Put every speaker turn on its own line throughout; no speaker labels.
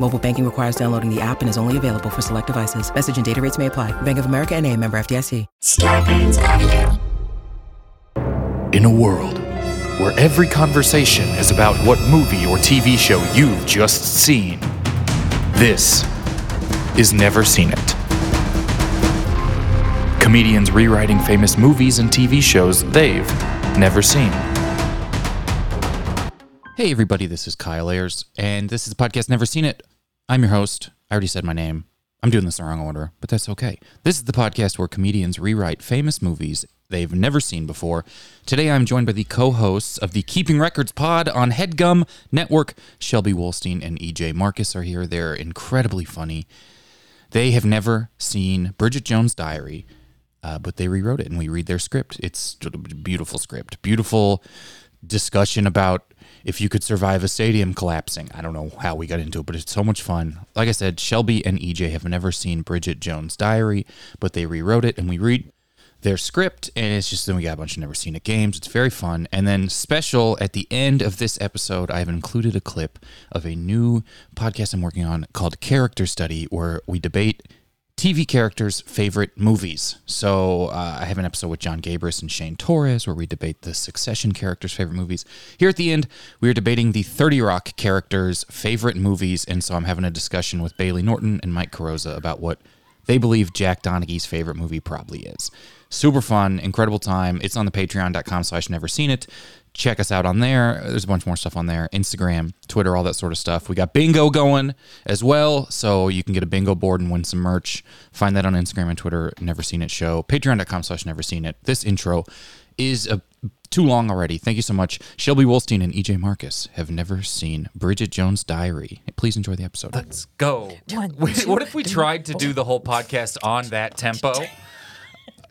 Mobile banking requires downloading the app and is only available for select devices. Message and data rates may apply. Bank of America and a member FDIC.
Starbane's Avenue.
In a world where every conversation is about what movie or TV show you've just seen, this is Never Seen It. Comedians rewriting famous movies and TV shows they've never seen.
Hey, everybody, this is Kyle Ayers, and this is the podcast Never Seen It. I'm your host. I already said my name. I'm doing this in the wrong order, but that's okay. This is the podcast where comedians rewrite famous movies they've never seen before. Today, I'm joined by the co hosts of the Keeping Records pod on Headgum Network. Shelby Wolstein and EJ Marcus are here. They're incredibly funny. They have never seen Bridget Jones' Diary, uh, but they rewrote it, and we read their script. It's a beautiful script, beautiful discussion about if you could survive a stadium collapsing. I don't know how we got into it, but it's so much fun. Like I said, Shelby and EJ have never seen Bridget Jones' Diary, but they rewrote it, and we read their script, and it's just then we got a bunch of never seen it games. It's very fun, and then special at the end of this episode, I've included a clip of a new podcast I'm working on called Character Study, where we debate TV characters' favorite movies. So uh, I have an episode with John Gabris and Shane Torres where we debate the Succession characters' favorite movies. Here at the end, we are debating the 30 Rock characters' favorite movies, and so I'm having a discussion with Bailey Norton and Mike Carosa about what they believe Jack Donaghy's favorite movie probably is. Super fun, incredible time. It's on the patreon.com slash never seen it. Check us out on there. There's a bunch more stuff on there. Instagram, Twitter, all that sort of stuff. We got bingo going as well. So you can get a bingo board and win some merch. Find that on Instagram and Twitter, never seen it show. Patreon.com slash never seen it. This intro is a too long already. Thank you so much. Shelby Wolstein and EJ Marcus have never seen Bridget Jones' Diary. Please enjoy the episode.
Let's go. Wait, what if we tried to do the whole podcast on that tempo?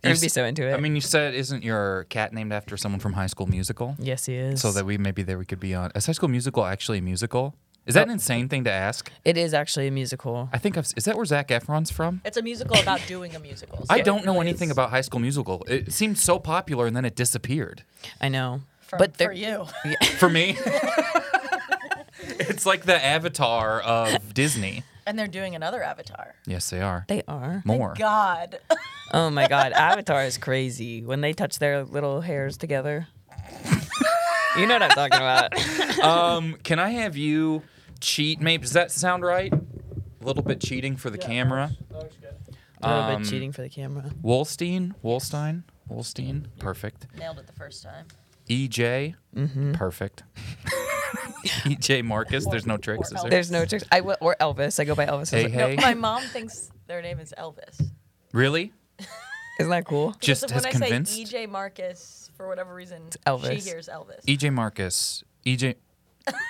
I'd be so into it.
I mean, you said isn't your cat named after someone from High School Musical?
yes, he is.
So that we maybe there we could be on. Is High School Musical actually a musical? Is that an insane thing to ask?
it is actually a musical.
I think I've. Is that where Zach Efron's from?
It's a musical about doing a musical. so
I don't know
it
anything
is
about High School Musical. It seemed so popular and then it disappeared.
I know,
for,
but
for
there,
you.
For me, it's like the avatar of Disney.
And they're doing another Avatar.
Yes, they are.
they are.
More.
God.
Oh my god, Avatar is crazy when they touch their little hairs together. you know what I'm talking about.
Um, can I have you cheat? Maybe does that sound right? A little bit cheating for the camera.
a little
Um,
bit cheating for the camera.
Wolstein, Wolstein, Wolstein, perfect.
Nailed it the first time.
EJ,
Mm-hmm.
perfect. EJ Marcus, there's no tricks, is there?
There's no tricks. I w- or Elvis. I go by Elvis.
Hey,
It's like,
hey,
no,
My mom thinks their name is Elvis.
really?
isn't that cool?
Just
so
has
when
convinced
I
E
say EJ Marcus, for whatever reason, she
Elvis.
hears Elvis.
EJ E Marcus, E EJ.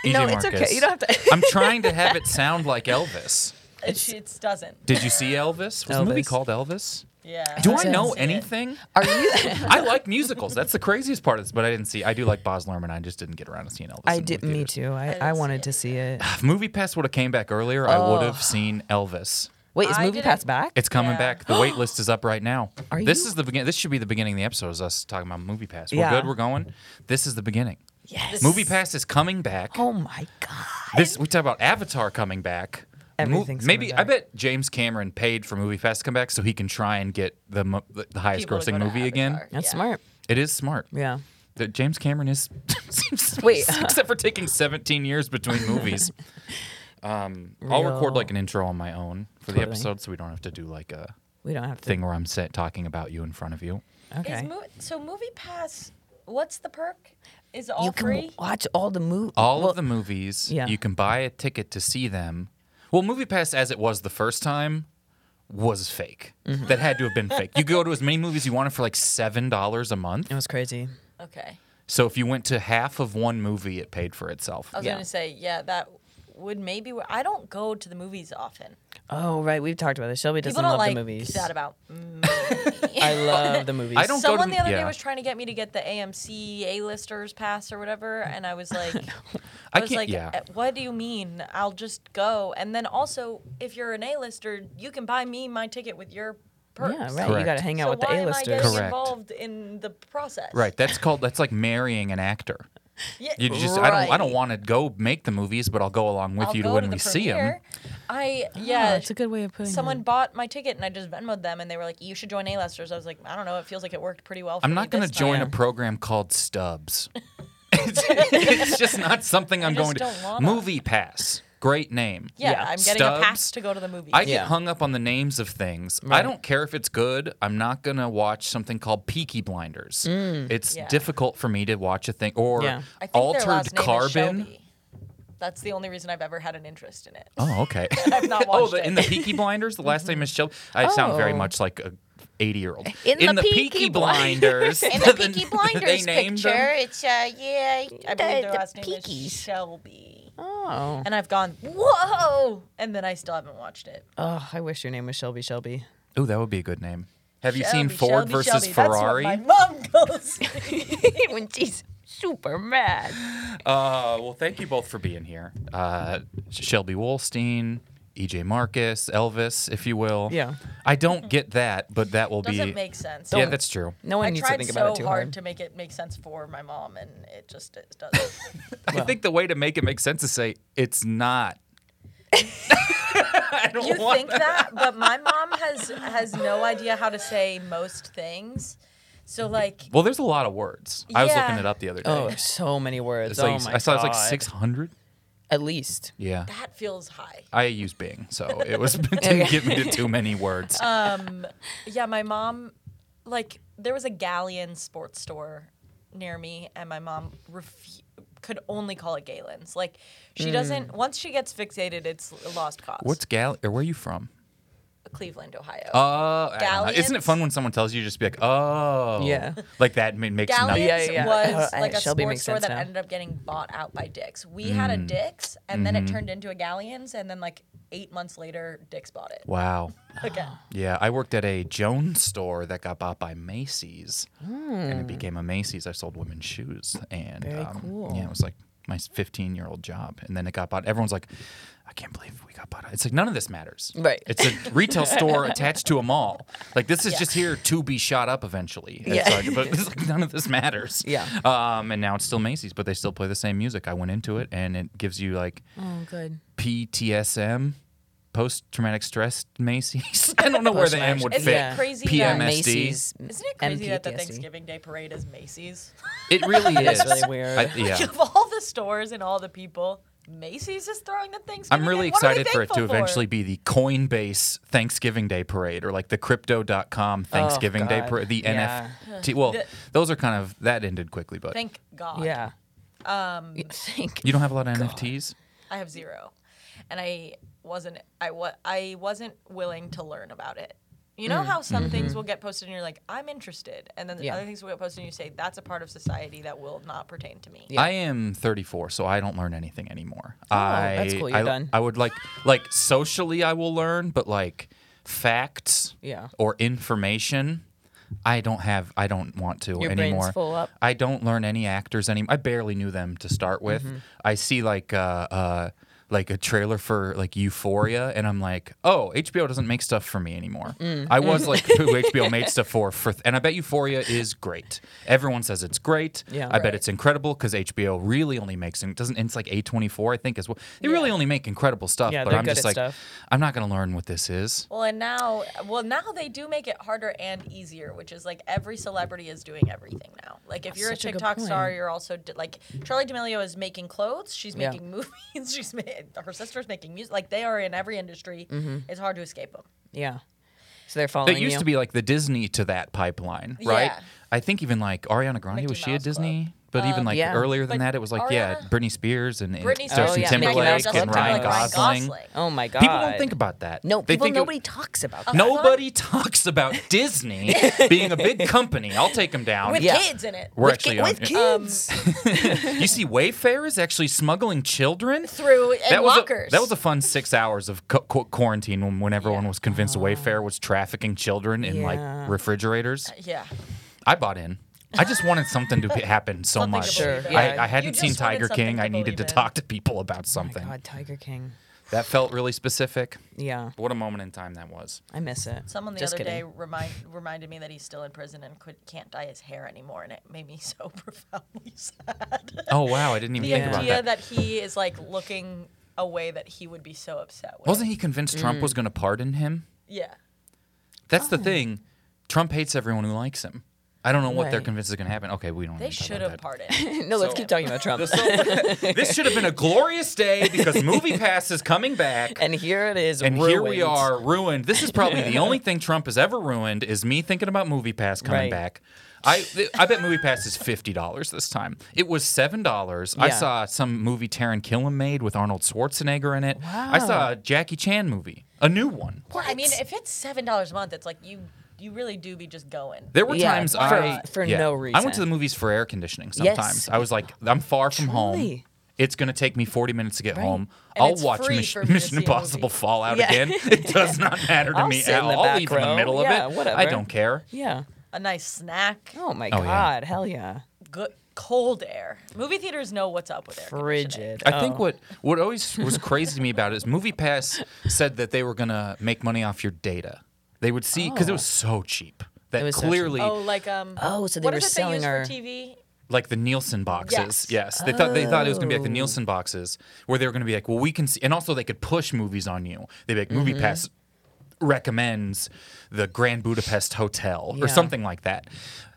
EJ
no,
Marcus.
it's okay. You don't have to.
I'm trying to have it sound like Elvis.
And she it doesn't.
Did you see Elvis? Was the movie
Elvis.
called Elvis?
Yeah.
Do I
didn't
know
see it.
anything?
Are you?
I like musicals. That's the craziest part of this, but I didn't see. I do like Boz Lerman. I just didn't get around to seeing Elvis.
I
in
did.
movie Ah,
Me
theaters.
too. I, I wanted to see it.
If Movie Pass would have came back earlier, I would
Oh.
have seen Elvis.
Wait, is
I
movie
didn't-
pass back?
It's coming
Yeah.
back. The wait list is up right now.
Are
this
you-
is the begin. This should be the beginning of the episode. Is us talking about Movie Pass. We're
Yeah.
good. We're going. This is the beginning. Yes. Movie Pass is coming back.
Oh my god.
This we talk about Avatar coming back. Mo-
Everything's
maybe
coming back.
I bet James Cameron paid for Movie Pass to come back so he can try and get the mo- the the highest
People would
grossing
go to
movie again.
Avatar.
That's
Yeah.
smart.
It is smart.
Yeah.
That James Cameron is seems
Wait.
except for taking 17 years between movies. Um, I'll record
Real.
like an intro on my own for the
Totally.
episode, so we don't have to do like a
We don't have to.
thing where I'm set talking about you in front of you.
Okay.
Is mo- so movie pass? What's the perk? Is it all
you can
free?
watch all the movies.
all of the movies.
yeah.
You can buy a ticket to see them. Well, MoviePass, as it was the first time, was fake.
Mm-hmm.
That had to have been fake. You go to as many movies you wanted for like seven dollars a month.
It was crazy.
okay.
So if you went to half of one movie, it paid for itself.
I was
Yeah.
gonna say yeah. That would maybe. wo- I don't go to the movies often.
Oh right, we've talked about this. Shelby doesn't
People don't
love
like
the movies.
that about. me.
I love the movies.
I don't go to
Someone
the-
the other
yeah.
day was trying to get me to get the AMC A-listers pass or whatever, and I was like,
I
I was
can't-
like,
yeah.
"Uh, what do you mean? I'll just go. And then also, if you're an A-lister, you can buy me my ticket with your perks.
Yeah, right. You
Correct.
got to hang out
So
with the
why am I
A-listers.
getting
Correct.
involved in the process?
Right. That's called. That's like marrying an actor.
Yeah,
You just. I don't. I don't
right.
want to go make the movies, but I'll go along with
I'll
you to
go
when
the
we see them.
premiere. I yeah.
Ah, it's a good way of putting
Someone
it.
bought my ticket and I just Venmoed them and they were like, "You should join A-listers." I was like, "I don't know. It feels like it worked pretty well." For
I'm
me
not going to
this time."
join a program called Stubbs. it's, it's just not something I'm
just
going
don't
to.
wanna.
Movie Pass, great name.
Yeah, I'm getting a pass
Stubbs.
to go to the movies.
I get
Yeah.
hung up on the names of things. I don't care if it's good. I'm not going to watch something called Peaky Blinders. It's
Yeah.
difficult for me to watch a thing or
Mm. Yeah.
I think their
Altered
last name is
Carbon.
Shelby. That's the only reason I've ever had an interest in it.
Oh, okay.
I've not
oh,
watched
the,
it.
in the Peaky Blinders, the last name is Shelby. I sound very
Oh.
much like a 80 year old.
In the Peaky
Blinders.
In the Peaky Blinders
they named
picture,
them-
it's uh, yeah, the,
I believe their
the
last name
Peakies.
is Shelby.
Oh.
And I've gone, whoa! And then I still haven't watched it.
oh, I wish your name was Shelby Shelby.
Ooh, that would be a good name. Have you seen
Shelby,
Ford
Shelby,
versus
Shelby.
Ferrari?
That's what my mom goes.
when she's super mad.
uh, well, thank you both for being here. Uh, Shelby Wolstein, EJ Marcus, Elvis, if you will.
Yeah.
I don't get that, but that will
Doesn't
be.
make sense.
yeah, that's true.
No one
I
needs
tried
to think
so
about it too hard.
to make it make sense for my mom, and it just it doesn't.
I think the way to make it make sense is say it's not. I don't
you
want
think that, but my mom has has no idea how to say most things. So like,
Well, there's a lot of words. I was looking
Yeah.
it up the other day.
Oh, so many words.
It's
oh
like,
my
I saw it's like
God.
600.
At least.
Yeah.
that feels high.
I use Bing, so it was it didn't get me to too many words.
Yeah, my mom, like, there was a Galleon sports store near me, and my mom refu- could only call it Galen's. Like, she
Hmm.
doesn't, once she gets fixated, it's a lost cause.
What's Gal? Or where are you from?
Cleveland, Ohio?
Oh,
Uh, I don't know. isn't it
Galleons?
fun when someone tells you just be like, oh,
Yeah.
like that ma- makes
Galleons
nothing.
Yeah, yeah, yeah.
was
Oh,
like
uh,
a
Shelby makes
sports store
sense
that
now. Hmm.
ended up getting bought out by Dick's. We had a Dick's, and then it
Mm-hmm.
turned into a Galleons, and then like eight months later, Dick's bought it
Wow.
again.
Yeah, I worked at a Jones store that got bought by Macy's, and
Hmm.
it became a Macy's. I sold women's shoes, and um, yeah, it was like my 15 year old job. And then it got bought. Everyone's like, I can't believe we got bought. out." It's like none of this matters.
Right.
It's a retail store attached to a mall. Like this is just here to be shot up eventually. It's
Yeah.
like- but it's like, none of this matters.
Yeah.
Um, and now it's still Macy's, but they still play the same music. I went into it, and it gives you like.
Oh, good.
PTSM, post traumatic stress Macy's. I don't know where the M would
Isn't
fit.
it crazy that
PMSD.
Macy's.
Isn't it crazy that the
MPTSD.
Thanksgiving Day parade is Macy's?
It really is.
That's really weird.
I- yeah.
of all the stores and all the people, Macy's is throwing the Thanksgiving.
I'm really
in. What are we
excited for it to
thankful
eventually be the Coinbase Thanksgiving Day Parade or like the Crypto.com Thanksgiving Day
Oh, God.
Parade. The
Yeah.
NFT. Well, those are kind of, that ended quickly, but
Thank God.
Yeah. Um, think.
you don't have a lot of NFTs?
I have zero, and I wasn't. I wa- I wasn't willing to learn about it. You know how some
Mm-hmm.
things will get posted and you're like, I'm interested, and then
Mm. Yeah.
other things will get posted and you say, that's a part of society that will not pertain to me.
I am 34, so I don't learn anything anymore. Oh, I,
that's cool, you're
I,
done.
I would like, like socially, I will learn, but like facts,
Yeah.
or information, I don't have. I don't want to
Your brain's
anymore.
full up.
I don't learn any actors anymore. I barely knew them to start with.
Mm-hmm.
I see like uh, uh, like a trailer for like Euphoria, and I'm like, oh, HBO doesn't make stuff for me anymore.
Mm.
I was like, who HBO made stuff for? For and I bet Euphoria is great. Everyone says it's great.
Yeah.
I bet it's incredible because HBO really only makes and doesn't. and It's like A24, I think, as well. They really only make incredible stuff.
Yeah,
but
they're
I'm
good
just
at
like,
stuff.
I'm not gonna learn what this is.
Well, and now, well, now they do make it harder and easier, which is like every celebrity is doing everything now. Like if you're a
such a good
TikTok star,
point.
you're also d like Charlie D'Amelio is making clothes. She's
Yeah.
making movies.
Mm-hmm.
She's ma- her sister's making music. Like they are in every industry. It's hard to escape them.
Yeah. So they're following
That used
you.
to be like the Disney to that pipeline, right?
Yeah.
I think even like Ariana Grande was she a Disney? But even like
yeah.
earlier than
But
that, it was like yeah,
Ariana-
Britney Spears and, and
Britney
Justin
Spears
yeah. Mickey
Timberlake
Mouse
and
also
Ryan,
looked like Ryan
Gosling.
oh my god.
People don't think about that.
No,
they
people
think
nobody
It, Uh,
talks about.
nobody talks about Disney being a big company. I'll take them down.
with
Yeah.
kids in it.
We're
with,
actually
ki-
on-
with kids.
You see, Wayfair is actually smuggling children
Through- and
was
lockers.
A, that was a fun six hours of cu- cu- quarantine when, when everyone was convinced Wayfair was trafficking children in
Yeah.
like refrigerators.
Yeah.
I bought in. I just wanted something to be- happen so
Something to
much.
believe Sure,
in.
I, I
You
hadn't
just
seen
wanted
Tiger
something
King.
to
I needed
believe
to
in. Oh
talk to people about something.
God, Tiger King.
that felt really specific.
Yeah,
What a moment in time that was.
I miss it.
Someone the
Just
other
kidding.
day remind, reminded me that he's still in prison and could, can't dye his hair anymore, and it made me so profoundly sad.
Oh wow, I didn't even
the
think about
idea
that.
that. he is like looking a way that he would be so upset with.
Wasn't he convinced Trump
Mm.
was going to pardon him?
Yeah.
That's
Oh.
the thing. Trump hates everyone who likes him. I don't know what they're
Right.
convinced is going to happen. Okay, we don't.
They
need to talk
should
about
have
that.
parted.
no, let's keep talking about Trump.
this should have been a glorious day because Movie Pass is coming back.
and here it is.
And here we
ruined.
are, ruined. This is probably the only thing Trump has ever ruined is me thinking about Movie Pass coming
Right.
back. I th- I bet Movie Pass is fifty dollars this time. It was seven dollars. I
Yeah.
saw some movie Taron Killam made with Arnold Schwarzenegger in it. I saw a Jackie Chan movie, a new one.
Well, I mean, if it's seven dollars a month, it's like you you really do be just going.
There were
Yeah,
times
for- uh,
I
for no
I went to the
reason.
movies for air conditioning
Yes.
sometimes. I was like, I'm far from home.
Truly.
It's gonna take me 40 minutes to get home.
And
I'll
it's
watch
free
Mis-
for me to
Mission
see a movie.
Impossible Fallout
Yeah.
again. It does not matter to
I'll
me
sit
at
in the
all. I'll
back
leave in the
row.
middle
Yeah,
of it. I
whatever.
don't care.
Yeah.
A nice snack,
Oh my
yeah.
god. Hell yeah.
good cold air. Movie theaters know what's up with air. conditioning.
Frigid.
I think what what always was crazy to me about it is MoviePass said that they were gonna make money off your data. They would see because it was so cheap that
Oh. was so cheap.
clearly,
Oh, like um.
Oh, so they
what
were
is it
selling
they use
our-
for TV.
like the Nielsen boxes.
Yes.
Yes, they thought they thought it was gonna be
Oh.
like the Nielsen boxes where they were gonna be like, well, we can see, and also they could push movies on you. They'd be like,
Mm-hmm.
Movie Pass recommends the Grand Budapest Hotel or something like that.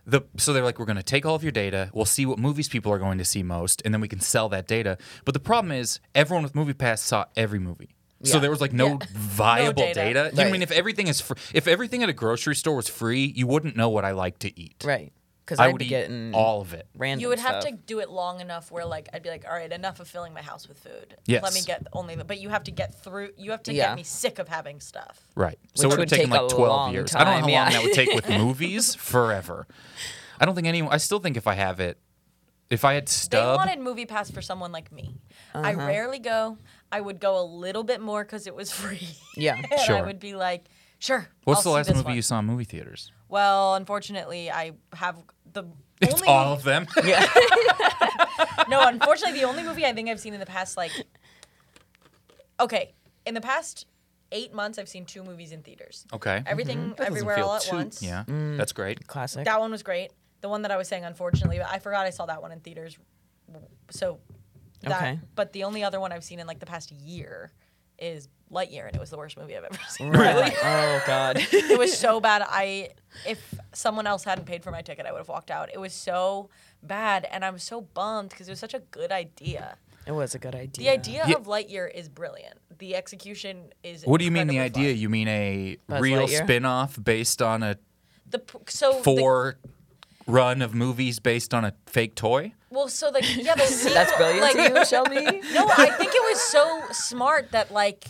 The, so they're like, we're going to take all of your data. We'll see what movies people are going to see most, and then we can sell that data. But the problem is, everyone with MoviePass saw every movie. So there was like no viable
No data.
data. You know what I mean if everything is fr- if everything at a grocery store was free, you wouldn't know what I like to eat.
Right. Because
I
I'd
would
be
eat
getting
all of it.
random.
You would have
stuff.
to do it long enough where like I'd be like, all right, enough of filling my house with food. Let
Yes.
me get only. The, but you have to get through. You have to
Yeah.
get me sick of having stuff.
Right. So
Which
it would
would
take, 'em
take
like
a
12
long
years. I don't know how
time, yeah.
long that would take with movies forever. I don't think anyone, I still think if I have it, if I had
They
stub,
wanted movie pass for someone like me. I
Uh-huh.
rarely go. I would go a little bit more because it was free.
Yeah.
and I
Sure.
would be like, sure.
what's
I'll
the
see
last
this
movie
one.
you saw in movie theaters?
Well, unfortunately, I have the
It's
only
all of them.
no. Unfortunately, the only movie I think I've seen in the past like okay, in the past eight months, I've seen two movies in theaters.
okay. Mm-hmm.
Everything,
Doesn't
everywhere,
feel
all at
too-
once.
Yeah. That's great.
Classic.
That one was great. The one that I was saying, unfortunately, but I forgot I saw that one in theaters. So, that,
Okay.
but the only other one I've seen in like the past year is Lightyear, and it was the worst movie I've ever seen.
really? oh god.
it was so bad. I, if someone else hadn't paid for my ticket, I would have walked out. It was so bad, and I'm so bummed because it was such a good idea.
It was a good idea.
The idea
Yeah.
of Lightyear is brilliant. The execution is.
What do you mean the
incredibly
idea?
fun.
You mean a
Buzz
real
Lightyear?
spin off based on a
The p- so Oh, the-
four run of movies based on a fake toy?
well, so like yeah, the sequel,
That's brilliant,
Like,
to you, Shelby.
no, I think it was so smart that like.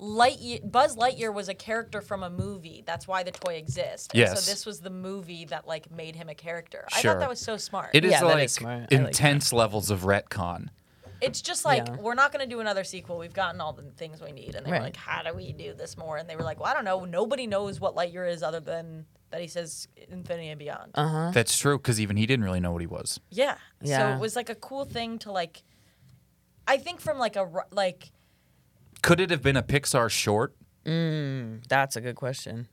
Lightyear, Buzz Lightyear was a character from a movie. That's why the toy exists. And
Yes.
so this was the movie that like made him a character. I
Sure.
thought that was so smart.
It is
Yeah, that
like
is smart. I like that.
intense levels of retcon.
it's just like
Yeah.
we're not going to do another sequel. We've gotten all the things we need, and they
Right.
were like, "How do we do this more?" And they were like, "Well, I don't know. Nobody knows what Lightyear is other than that he says Infinity and Beyond."
Uh-huh.
That's true because even he didn't really know what he was.
Yeah. So
Yeah.
it was like a cool thing to like. I think from like a ru- like
Could it have been a Pixar short?
That's a good question.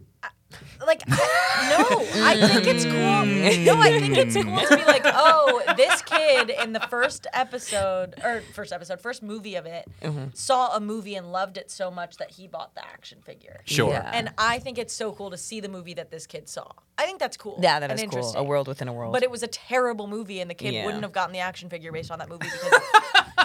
like I, no, I think it's cool. No, I think it's cool to be like, oh, this kid in the first episode or first episode, first movie of it,
Mm-hmm.
saw a movie and loved it so much that he bought the action figure.
Sure.
Yeah.
And I think it's so cool to see the movie that this kid saw. I think that's cool.
Yeah, that
and
is cool. A
interesting.
world within a world.
But it was a terrible movie, and the kid
Yeah.
wouldn't have gotten the action figure based on that movie because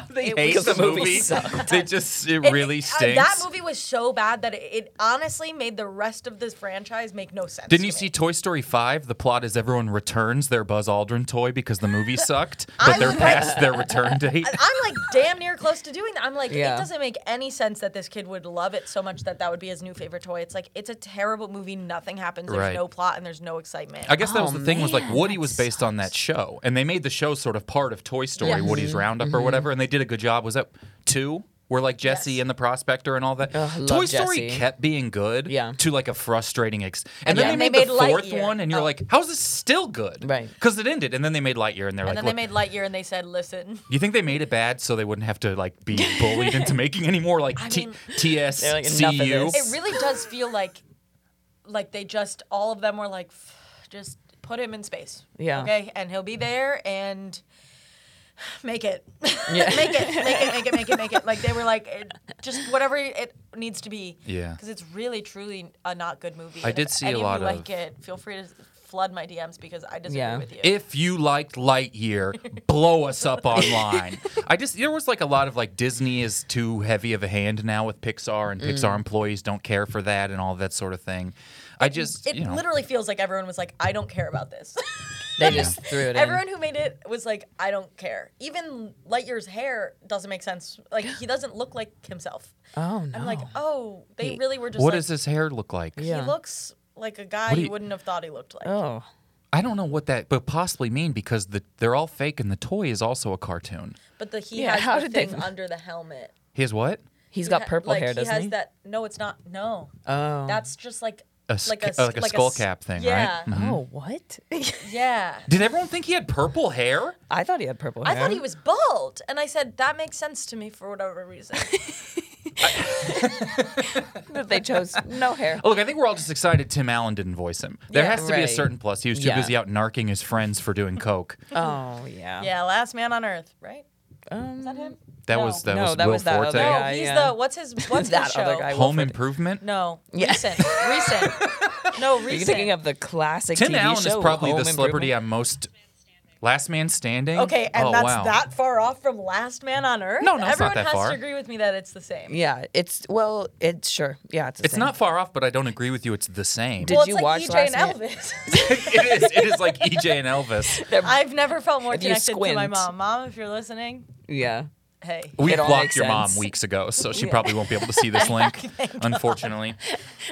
they
It
hate
was-
the
the movie
movie.
sucked.
They just it,
It-
really
uh,
stinks.
that movie was so bad that it, it honestly made the rest of this franchise make no sense.
Didn't
to
you
me.
see Toy Story 5? The plot is everyone returns their Buzz Aldrin toy because the movie sucked, but they're
was
past their return date.
And I'm like damn near close to doing that. I'm like,
Yeah.
it doesn't make any sense that this kid would love it so much that that would be his new favorite toy. It's like it's a terrible movie. Nothing happens. There's
Right.
no plot and there's no excitement.
I guess that was the thing was like Woody was based on that show, and they made the show sort of part of Toy Story, Woody's Roundup or whatever, and they did a good job. Was that two? Where like Jesse and the Prospector and all that.
love
Toy Story
Jesse.
kept being good
Yeah.
to like a frustrating ex. And, then
then
they
they
made, the
made
fourth
Lightyear.
one, and you're
Oh.
like, how's this still good?
Right.
Because it ended, and then they made Lightyear, and they're
and
like,
then they
"Look,
made Lightyear and they said, listen,
You think they made it bad so they wouldn't have to like be bullied into making any more like T-
mean-
TSCU?
They're like, "Enough of this."
it really does feel like like they just all of them were like "F- just put him in space
Yeah.
okay and he'll be there and make it make it make it make it make it make it like they were like it, just whatever it needs to be
Yeah.
because it's really truly a not good movie
I
And
did
if
see a
any
lot
you
of-
like it feel free to flood my dms because i disagree
Yeah.
with you
if you liked Lightyear, blow us up online. I just there was like a lot of like Disney is too heavy of a hand now with Pixar and Pixar employees don't care for that and all that sort of thing. I just
Mm. it
you know,
literally feels like everyone was like i don't care about this
They just threw it in.
Everyone who made it was like, I don't care. Even Lightyear's hair doesn't make sense. Like he doesn't look like himself.
Oh no.
I'm like, oh, they really were just.
what
like,
does his hair look like?
He looks like a guy
What do
you
you-
wouldn't have thought he looked like.
oh.
I don't know what that but possibly mean because the, they're all fake and the toy is also a cartoon.
But the he
Yeah,
has
how
the
did they-
thing under the helmet.
He has what?
He's got
Ha-
purple
like,
hair,
he
doesn't
has
he?
that. No, it's not. No.
oh.
That's just like.
A sk-
like a, s-
uh, like a skull
s-
cap thing,
yeah,
right? Mhm.
Oh, what?
Yeah.
Did everyone think he had purple hair?
I thought he had purple
I
hair.
thought he was bald, and I said that makes sense to me for whatever reason.
That they chose no hair.
Oh, Look, I think we're all just excited Tim Allen didn't voice him. There
Yeah.
has to be a
Right.
certain plus. He was too
Yeah.
busy out narking his friends for doing coke.
Oh yeah.
yeah, last man on earth, right?
Um,
Is that him?
That was that
no,
was
that
Will
was that
Forte.
other
No,
guy,
he's
yeah.
the what's his what's
That
his show?
other guy.
Home
Wilford.
Improvement.
No, recent, recent. No, recent.
Are you thinking of the classic
Tim
TV
Allen
show?
is probably the
Home
celebrity
Improvement?
I'm most. Last Man Standing.
okay, and
oh,
that's
wow.
that far off from Last Man on Earth.
No, no, it's not
everyone
that
has
far.
to agree with me that it's the same.
Yeah, it's well, it's sure. Yeah, it's. the
It's
same.
not far off, but I don't agree with you. It's the same.
Did
well, it's
you
like
watch
EJ
Last
and
Man-
Elvis.
it is. It is like EJ and Elvis.
I've never felt more
If you
connected to my
squint.
mom. Mom, if you're listening,
Yeah.
hey,
We
It all
blocked
makes
your
sense.
mom weeks ago, so she probably won't be able to see this link, unfortunately.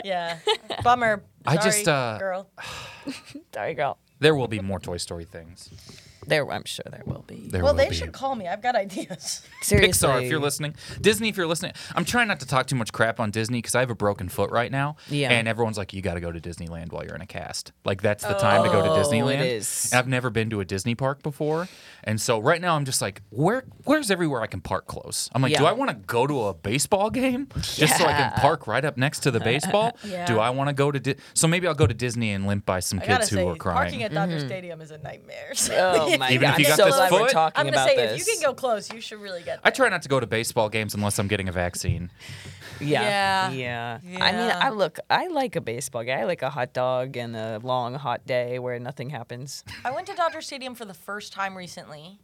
yeah, bummer.
I
Sorry,
just, uh,
girl.
Sorry, girl.
There will be more Toy Story things.
There, I'm sure there will be.
There
Well,
will
they
be.
should call me. I've got ideas.
Seriously.
Pixar, if you're listening, Disney, if you're listening, I'm trying not to talk too much crap on Disney because I have a broken foot right now.
Yeah.
And everyone's like, you got to go to Disneyland while you're in a cast. Like, that's the time to go to
Oh,
Disneyland.
is.
And I've never been to a Disney park before. And so right now I'm just like, where? where's everywhere I can park close? I'm like, do
Yeah.
I want to go to a baseball game just so I can park right up next to the baseball? Do I want to go to Di- So maybe I'll go to Disney and limp by some
I gotta
kids who
say,
are
parking
crying.
at Dodger Stadium is a nightmare.
Mm-hmm. Oh my
Even if
god!
you
I'm
got
so
this
glad we're
foot-
talking
I'm gonna
about
say
this.
if you can go close, you should really get.
I try not to go to baseball games unless I'm getting a vaccine.
Yeah.
Yeah.
yeah. I mean,
Yeah.
I look, I like a baseball guy. I like a hot dog and a long hot day where nothing happens.
I went to Dodger Stadium for the first time recently.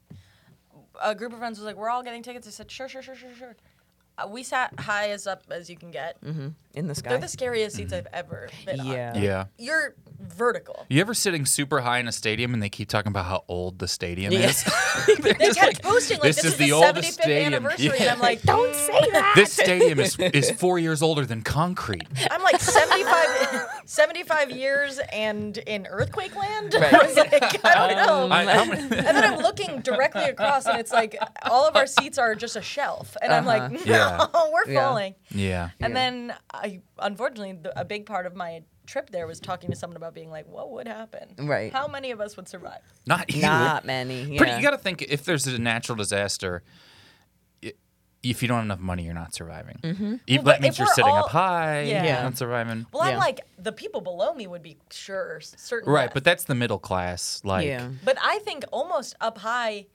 A group of friends was like, "We're all getting tickets." I said, "Sure, sure, sure, sure, sure." Uh, we sat high as up as you can get.
In the sky.
They're the scariest seats I've ever been on.
yeah.
Yeah.
You're vertical.
You ever sitting super high in a stadium and they keep talking about how old the stadium is?
They kept posting like
"This
this,
is
is,
the
the
oldest
75th
stadium."
anniversary,
Yeah.
and I'm like, "Hmm, don't say that.
this stadium is is four years older than concrete.
I'm like 75, 75 years and in earthquake land. I
Right.
was like, I don't know.
I- how many-
and then I'm looking directly across, and it's like all of our seats are just a shelf, and I'm like, no,
Yeah.
we're
Yeah.
falling.
yeah.
And then I, unfortunately, the, a big part of my trip there was talking to someone about being like, what would happen?
Right.
How many of us would survive?
Not you.
Not many. Yeah.
Pretty, you got to think if there's a natural disaster, i- if you don't have enough money, you're not surviving. Mm-hmm. that
but
means
if
you're
we're
sitting up
all-
high.
Yeah.
You're
Yeah.
not surviving.
Well, I'm
Yeah.
like, the people below me would be sure, certain.
Right,
death.
but that's the middle class. Like,
yeah.
But I think almost up high.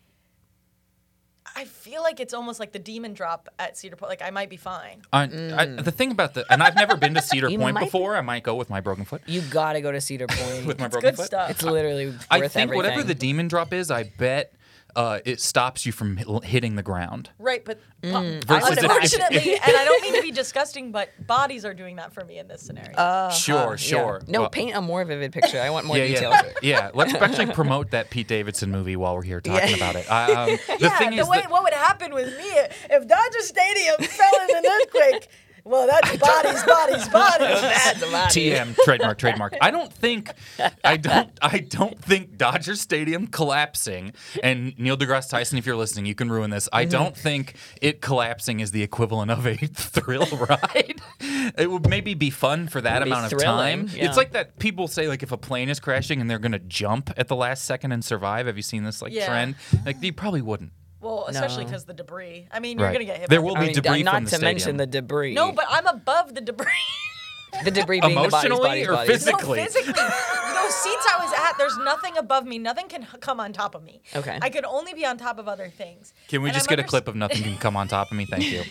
I feel like it's almost like the demon drop at Cedar Point. Like I might be fine.
I, I,
Mm.
the thing about the and I've never been to Cedar
You
Point
might be-
before. I might go with my broken foot.
You got to go to Cedar Point.
With my broken
Good
foot.
stuff.
it's literally worth
I think
everything.
whatever the demon drop is, I bet uh, it stops you from hit- hitting the ground.
Right, but po-
Mm, Versus if-
unfortunately, and I don't mean to be disgusting, but bodies are doing that for me in this scenario.
sure, sure.
No,
Well,
paint a more vivid picture. I want more
yeah,
details.
yeah, yeah. Let's actually promote that Pete Davidson movie while we're here talking about it. I, um, the
yeah,
thing
the
is,
way
that-
what would happen with me if Dodger Stadium fell in an earthquake. Well, that's bodies, bodies, bodies.
That's a lot.
TM trademark trademark. I don't think I don't I don't think Dodger Stadium collapsing and Neil deGrasse Tyson if you're listening you can ruin this. I don't think it collapsing is the equivalent of a thrill ride. It would maybe be fun for that
Would be
amount of
thrilling,
time.
yeah.
It's like that people say like if a plane is crashing and they're going to jump at the last second and survive. Have you seen this like
Yeah.
trend? Like you probably wouldn't.
well, especially
No.
because the debris. I mean, you're
Right.
gonna get hit.
There
by
will
the
be
I
debris.
mean,
debris
not
from the
to mention
stadium.
the debris.
No, but I'm above the debris.
the debris being the bodies,
Emotionally
bodies,
or
bodies.
physically?
No, physically. Those seats I was at, there's nothing above me. Nothing can h- come on top of me.
Okay.
I could only be on top of other things.
Can we
And
just
I'm
get a
underst-
clip of nothing can come on top of me? Thank you.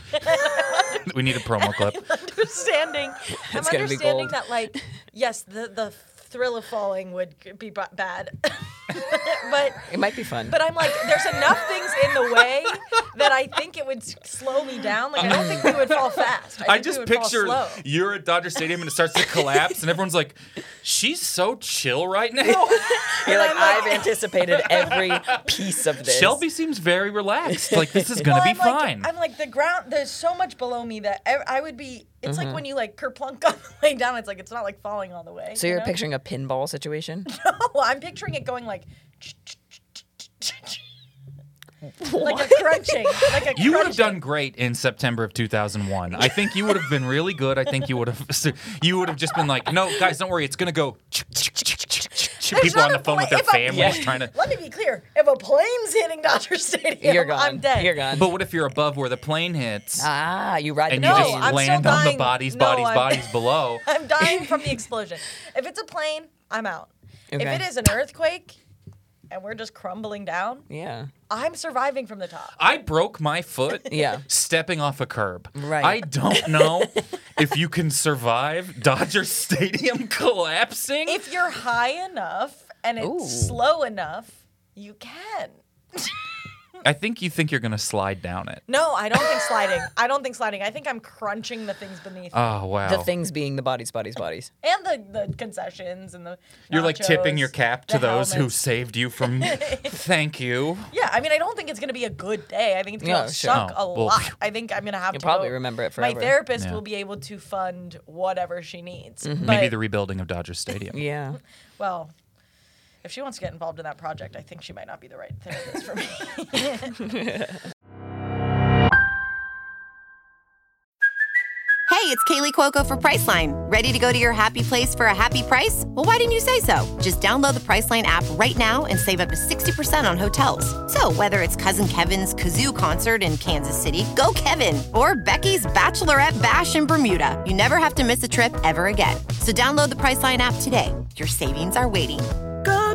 we need a promo clip.
understanding? I'm
gonna be
understanding
gold.
that, like, yes, the the thrill of falling would c- be b- bad, but
It might be fun.
but I'm like, there's enough things in the way that I think it would s- slow me down. Like, I don't think we would fall fast. I,
I
think we
just
would fall
picture
slow.
you're at Dodger Stadium and it starts to collapse, and everyone's like, "She's so chill right now."
You're like, I've anticipated every piece of this.
Shelby seems very relaxed. Like this is gonna
Well,
be
I'm like-
fine.
I'm like the ground. There's so much below me that I, I would be. It's
Mm-hmm.
like when you like kerplunk on the way down. It's like it's not like falling all the way.
So
you
you're
know?
picturing a pinball situation?
Well, I'm picturing it going like. like a crunching, like a
you would
crunching.
have done great in September of 2001. I think you would have been really good. I think you would have you would have just been like, "No, guys, don't worry. It's gonna go." People
not
on the
a
phone
point-
with their
if I-
families trying to.
Let me be clear: if a plane's hitting Dodger Stadium,
You're gone.
I'm dead.
You're gone.
But what if you're above where the plane hits?
ah, you ride
and
the
you
No,
just
I'm still
land on the
dying.
bodies,
No,
bodies,
I'm-
bodies below.
I'm dying from the explosion. If it's a plane, I'm out.
Okay.
If it is an earthquake, and we're just crumbling down,
Yeah.
I'm surviving from the top.
I broke my foot
Yeah.
stepping off a curb.
Right.
I don't know if you can survive Dodger Stadium collapsing.
if you're high enough and it's
Ooh.
slow enough, you can.
I think you think you're going to slide down it.
No, I don't think sliding. I don't think sliding. I think I'm crunching the things beneath
Uh.
Oh, wow.
The things being the bodies, bodies, bodies.
and the, the concessions and the.
you're like tipping
nachos,
your cap to
the
those who
helmets.
saved you from thank you.
Yeah, I mean, I don't think it's gonna be a good day. I think it's gonna
No, sure.
suck
No,
a
well,
lot. I think I'm gonna have
You'll
to
probably
go-
remember it
My
forever.
therapist
Yeah.
will be able to fund whatever she needs.
Mm-hmm.
Maybe
But,
the rebuilding of Dodger Stadium.
Yeah.
well, if she wants to get involved in that project, I think she might not be the right therapist for me.
Hey, it's Kaylee Cuoco for Priceline. Ready to go to your happy place for a happy price? Well, why didn't you say so? Just download the Priceline app right now and save up to 60% on hotels. So, whether it's Cousin Kevin's Kazoo concert in Kansas City, go Kevin, or Becky's Bachelorette Bash in Bermuda, you never have to miss a trip ever again. So, download the Priceline app today. Your savings are waiting.
Go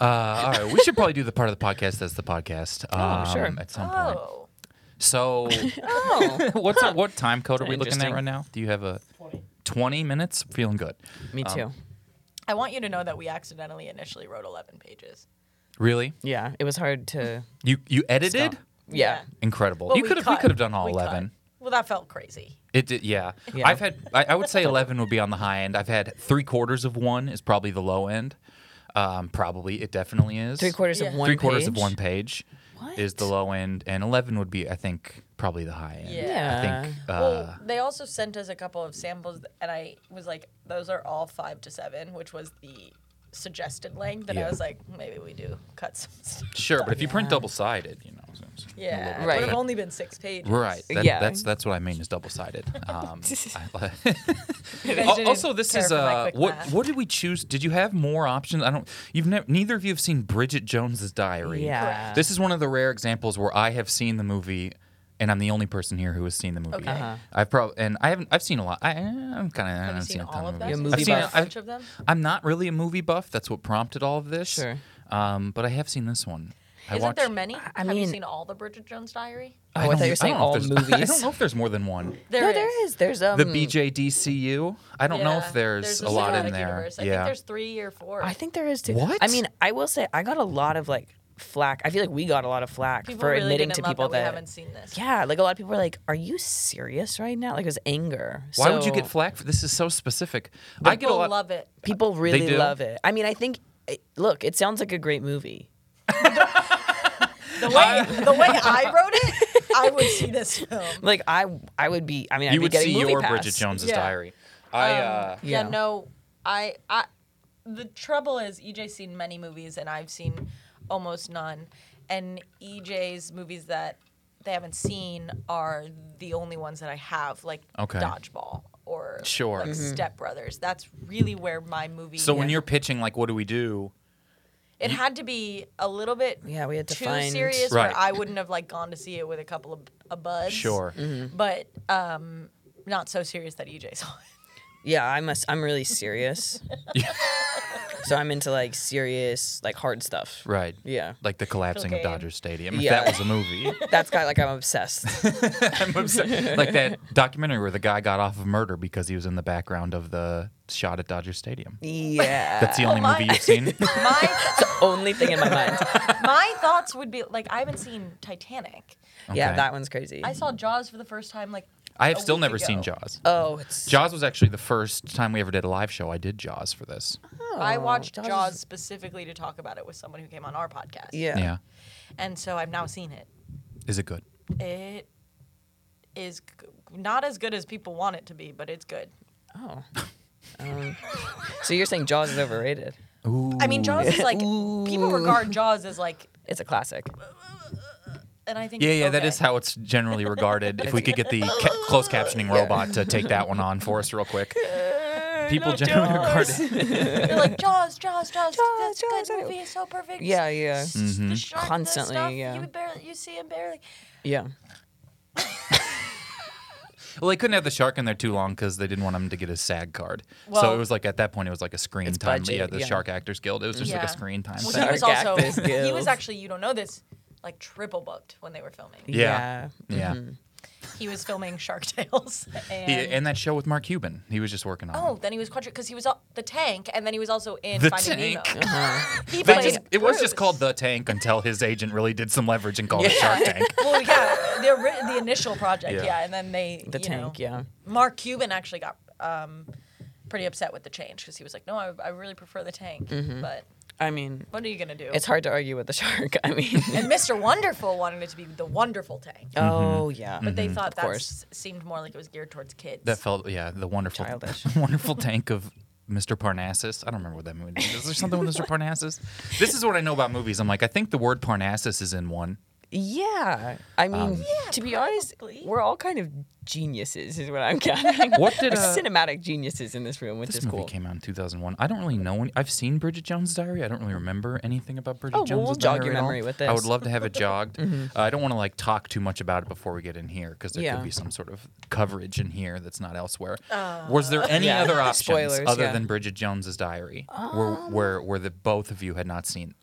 Uh, all right. We should probably do the part of the podcast that's the podcast. Um,
sure.
At some point.
oh,
So,
Oh,
what's what time code are we looking at
Interesting.
right now? Do you have a 20 minutes? Feeling good.
me
Um,
too.
I want you to know that we accidentally initially wrote 11 pages.
Really?
yeah. It was hard to.
You you edited?
Yeah.
Incredible.
Well,
you
we
could have we
cut.
could have done all
We cut.
eleven.
Well, that felt crazy.
It did, yeah.
Yeah.
I've had I, I would say eleven would be on the high end. I've had three quarters of one is probably the low end. Um, probably it definitely is.
Three quarters of
Yeah.
one.
Three quarters of
page?
one page is the
What?
low end, and eleven would be I think probably the high end. I
Yeah.
think. uh,
Well, they also sent us a couple of samples, and I was like, those are all five to seven, which was the suggested length. And
Yeah.
I was like, maybe we do cut some stuff.
Sure, but if you print double sided, you know. so-
Yeah,
little
it
bit.
would've
That-
only been six pages.
Right. That-
Yeah.
That's that's what I mean is double sided. Um, I-
didn't
also, this
care
is
for my
uh,
quick
what
math.
what did we choose? Did you have more options? I don't. You've never. Neither of you have seen Bridget Jones's Diary.
Yeah. Correct.
This is one of the rare examples where I have seen the movie. And I'm the only person here who has seen the movie.
Okay. Uh-huh.
I've probably and I haven't. I've seen a lot. I, eh, I'm kind of. Have
you
I've
seen
a ton
all of them?
movies.
You're a movie
I've seen
buff?
I've-
Bunch of them?
I'm not really a movie buff. That's what prompted all of this.
Sure.
Um, but I have seen this one. I
Isn't
watched,
there many?
I
Have you
mean-
seen all the Bridget Jones Diary?
I thought
don't-
you were saying
don't know if
all
there's- I
movies.
don't know if there's more than one
no, there is. There's um.
the BJDCU. I don't know if there's, a lot in there. yeah.
three or four.
I think there is too.
What?
I mean, I will say I got a lot of like flack. I feel like we got a lot of flack
People
for
really
admitting
didn't
to
love
people
that we
that
haven't seen this.
Yeah, like a lot of people were like, "Are you serious right now?" Like it was anger.
Why would you
So-
get flack for this? Is so specific. I get a
People
lot.
love it.
People really
do?
love it. I mean, I think. it- Look, it sounds like a great movie.
The way the way I wrote it, I would see this film.
Like I, I would be. I mean, I'd
you
be
would
getting
see
movie
your
pass.
Bridget Jones's
Yeah.
Diary. I
Um,
uh,
yeah. no, I, I, the trouble is EJ's seen many movies and I've seen almost none, and EJ's movies that they haven't seen are the only ones that I have, like
Okay.
Dodgeball or
Sure.
like
Mm-hmm.
Mhm.
Step Brothers. That's really where my movie.
So when you're pitching, like, what do we do?
It had to be a little bit
yeah, we had to
too
find-
serious
Right.
where I wouldn't have like gone to see it with a couple of a buds.
Sure. Mhm.
But um not so serious that EJ saw it.
Yeah, I must. I'm really serious. so I'm into like serious, like hard stuff.
Right.
Yeah.
Like the collapsing of
Cocaine.
Dodger Stadium. If
Yeah.
that was a movie.
That's got like I'm obsessed.
I'm obsessed. like that documentary where the guy got off of murder because he was in the background of the shot at Dodger Stadium.
Yeah.
That's the only movie you've seen.
It's the only thing in my mind.
My thoughts would be like I haven't seen Titanic.
Yeah,
Okay.
that one's crazy.
I saw Jaws for the first time like
I have
a
still
week
never
ago.
seen Jaws.
Oh, it's
Jaws was actually the first time we ever did a live show. I did Jaws for this.
I watched
Oh, Jaws
Jaws,
is-
specifically to talk about it with someone who came on our podcast.
Yeah.
Yeah.
And so I've now seen it.
Is it good?
It is g- not as good as people want it to be, but it's good.
Oh. Um, so you're saying Jaws is overrated?
I mean, Jaws is like people regard Jaws as like,
It's a classic.
and I think
Yeah,
it's
yeah, that
okay.
is how it's generally regarded. if we could get the ca- closed captioning robot to take that one on for us real quick. People generally regard it.
They're like Jaws, Jaws, Jaws.
Jaws,
that's
Jaws,
good
I-
movie. It's so perfect.
Yeah, yeah.
S- s- The
Mhm.
Constantly,
shark, Constantly, stuff,
yeah.
You barely you see him barely.
Yeah.
well, they couldn't have the shark in there too long because they didn't want him to get his SAG card. so
Well-
it was like at that point, it was like a screen time.
budget,
yeah, the
yeah.
Shark Actors Guild. It was just like
Yeah.
a screen time.
Well,
thing.
he was
Sarcastic
also he
skills.
was actually you don't know this like triple booked when they were filming.
Yeah.
Yeah.
Yeah.
Mm-hmm. He was filming Shark Tales and.
He- and that show with Mark Cuban, he was just working on.
Oh, then he was quadri because he was al- the tank, and then he was also in
The
Finding
Tank.
Nemo. he
They
played
just- it was
Bruce.
just called The Tank until his agent really did some leverage and called it
Yeah.
Shark Tank.
well, yeah, the, ori- the initial project,
Yeah.
yeah. and then they
The
you
tank,
know,
yeah.
Mark Cuban actually got um, pretty upset with the change because he was like, "No, I, I really prefer the tank."
Mm-hmm.
But
I mean,
what are you gonna do?
it's hard to argue with the shark. I mean,
And Mr. Wonderful wanted it to be the wonderful tank,
Mm-hmm.
oh yeah.
Mm.
but they thought that
course.
s- seemed more like it was geared towards kids.
That felt yeah, the wonderful
Childish.
wonderful tank of Mr. Parnassus. I don't remember what that movie is. Is there something with Mr. Parnassus? This is what I know about movies. I'm like, I think the word Parnassus is in one.
Yeah. I
Um,
mean, to be honest,
probably.
we're all kind of geniuses, is what I'm gathering.
What did,
We're
uh,
cinematic geniuses in this room, which
This
is
movie
cool.
came out in 2001. I don't really know any. I've seen Bridget Jones' Diary. I don't really remember anything about Bridget
Oh, well,
Jones'
we'll
Diary.
jog your
at all.
memory with
I
this. Mm-hmm.
would love to have it jogged. Uh, I don't want to like talk too much about it before we get in here because there
Yeah.
could be some sort of coverage in here that's not elsewhere.
Uh,
Was there any
Yeah.
other options
Spoilers,
other
yeah.
than Bridget Jones' Diary, where
Um.
where where the both of you had not seen?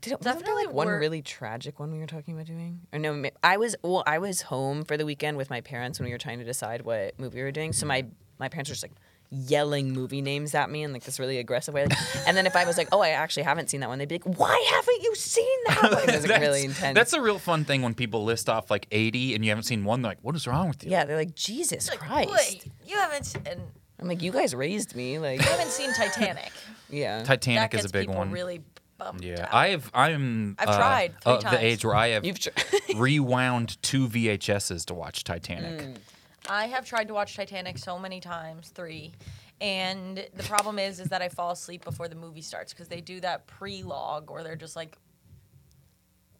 Did, wasn't there like
Definitely
one
were-
really tragic one we were talking about doing? Or no, ma- I was well, I was home for the weekend with my parents when we were trying to decide what movie we were doing. So my my parents were just like yelling movie names at me in like this really aggressive way. and then if I was like, "Oh, I actually haven't seen that one," they'd be like, "Why haven't you seen that?" one? It was like, really intense.
That's a real fun thing when people list off like 80 and you haven't seen one. They're like, what is wrong with you?
yeah, they're like, "Jesus Christ!"
Wait, you haven't s- and you
I'm like, "You guys raised me." Like,
haven't seen Titanic.
yeah,
Titanic
that gets
is a big
people
one.
really bummed.
yeah,
out.
I've I'm
I've
uh,
tried three
of
times.
the age where I have
You've tr-
rewound two VHSs to watch Titanic.
Mm.
I have tried to watch Titanic so many times, three, and the problem is is that I fall asleep before the movie starts because they do that pre-log or they're just like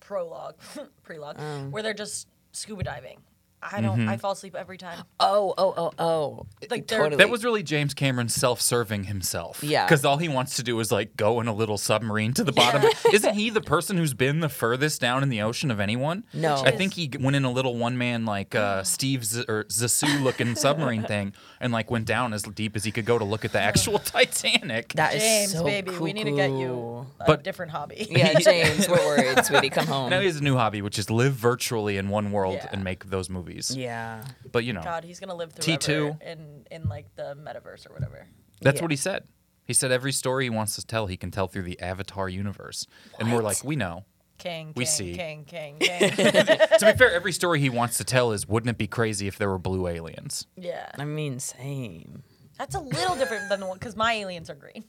prologue, prelogue,
Um.
where they're just scuba diving. I don't.
Mhm.
I fall asleep every time.
Oh, oh, oh, oh.
Like they're-
totally.
That was really James Cameron self-serving himself.
Yeah.
Because all he wants to do is like go in a little submarine to the bottom. Isn't he the person who's been the furthest down in the ocean of anyone?
No.
I think he went in a little one-man like uh, Steve Z- or Zasu looking submarine thing, and like went down as deep as he could go to look at the actual Titanic.
That is
James,
so
baby, we need to get you a
But-
different hobby.
Yeah, James, we're worried, sweetie. Come home.
Now he has a new hobby, which is live virtually in one world
Yeah.
and make those movies.
yeah.
But you know,
God, he's gonna live through
T2.
ever in in like the metaverse or whatever.
That's what he said. He said every story he wants to tell, he can tell through the Avatar universe. And we're like, we know.
King,
We
king,
see.
king, king, king.
to be fair, every story he wants to tell is wouldn't it be crazy if there were blue aliens?
yeah,
I mean, same.
that's a little different than the one because my aliens are green.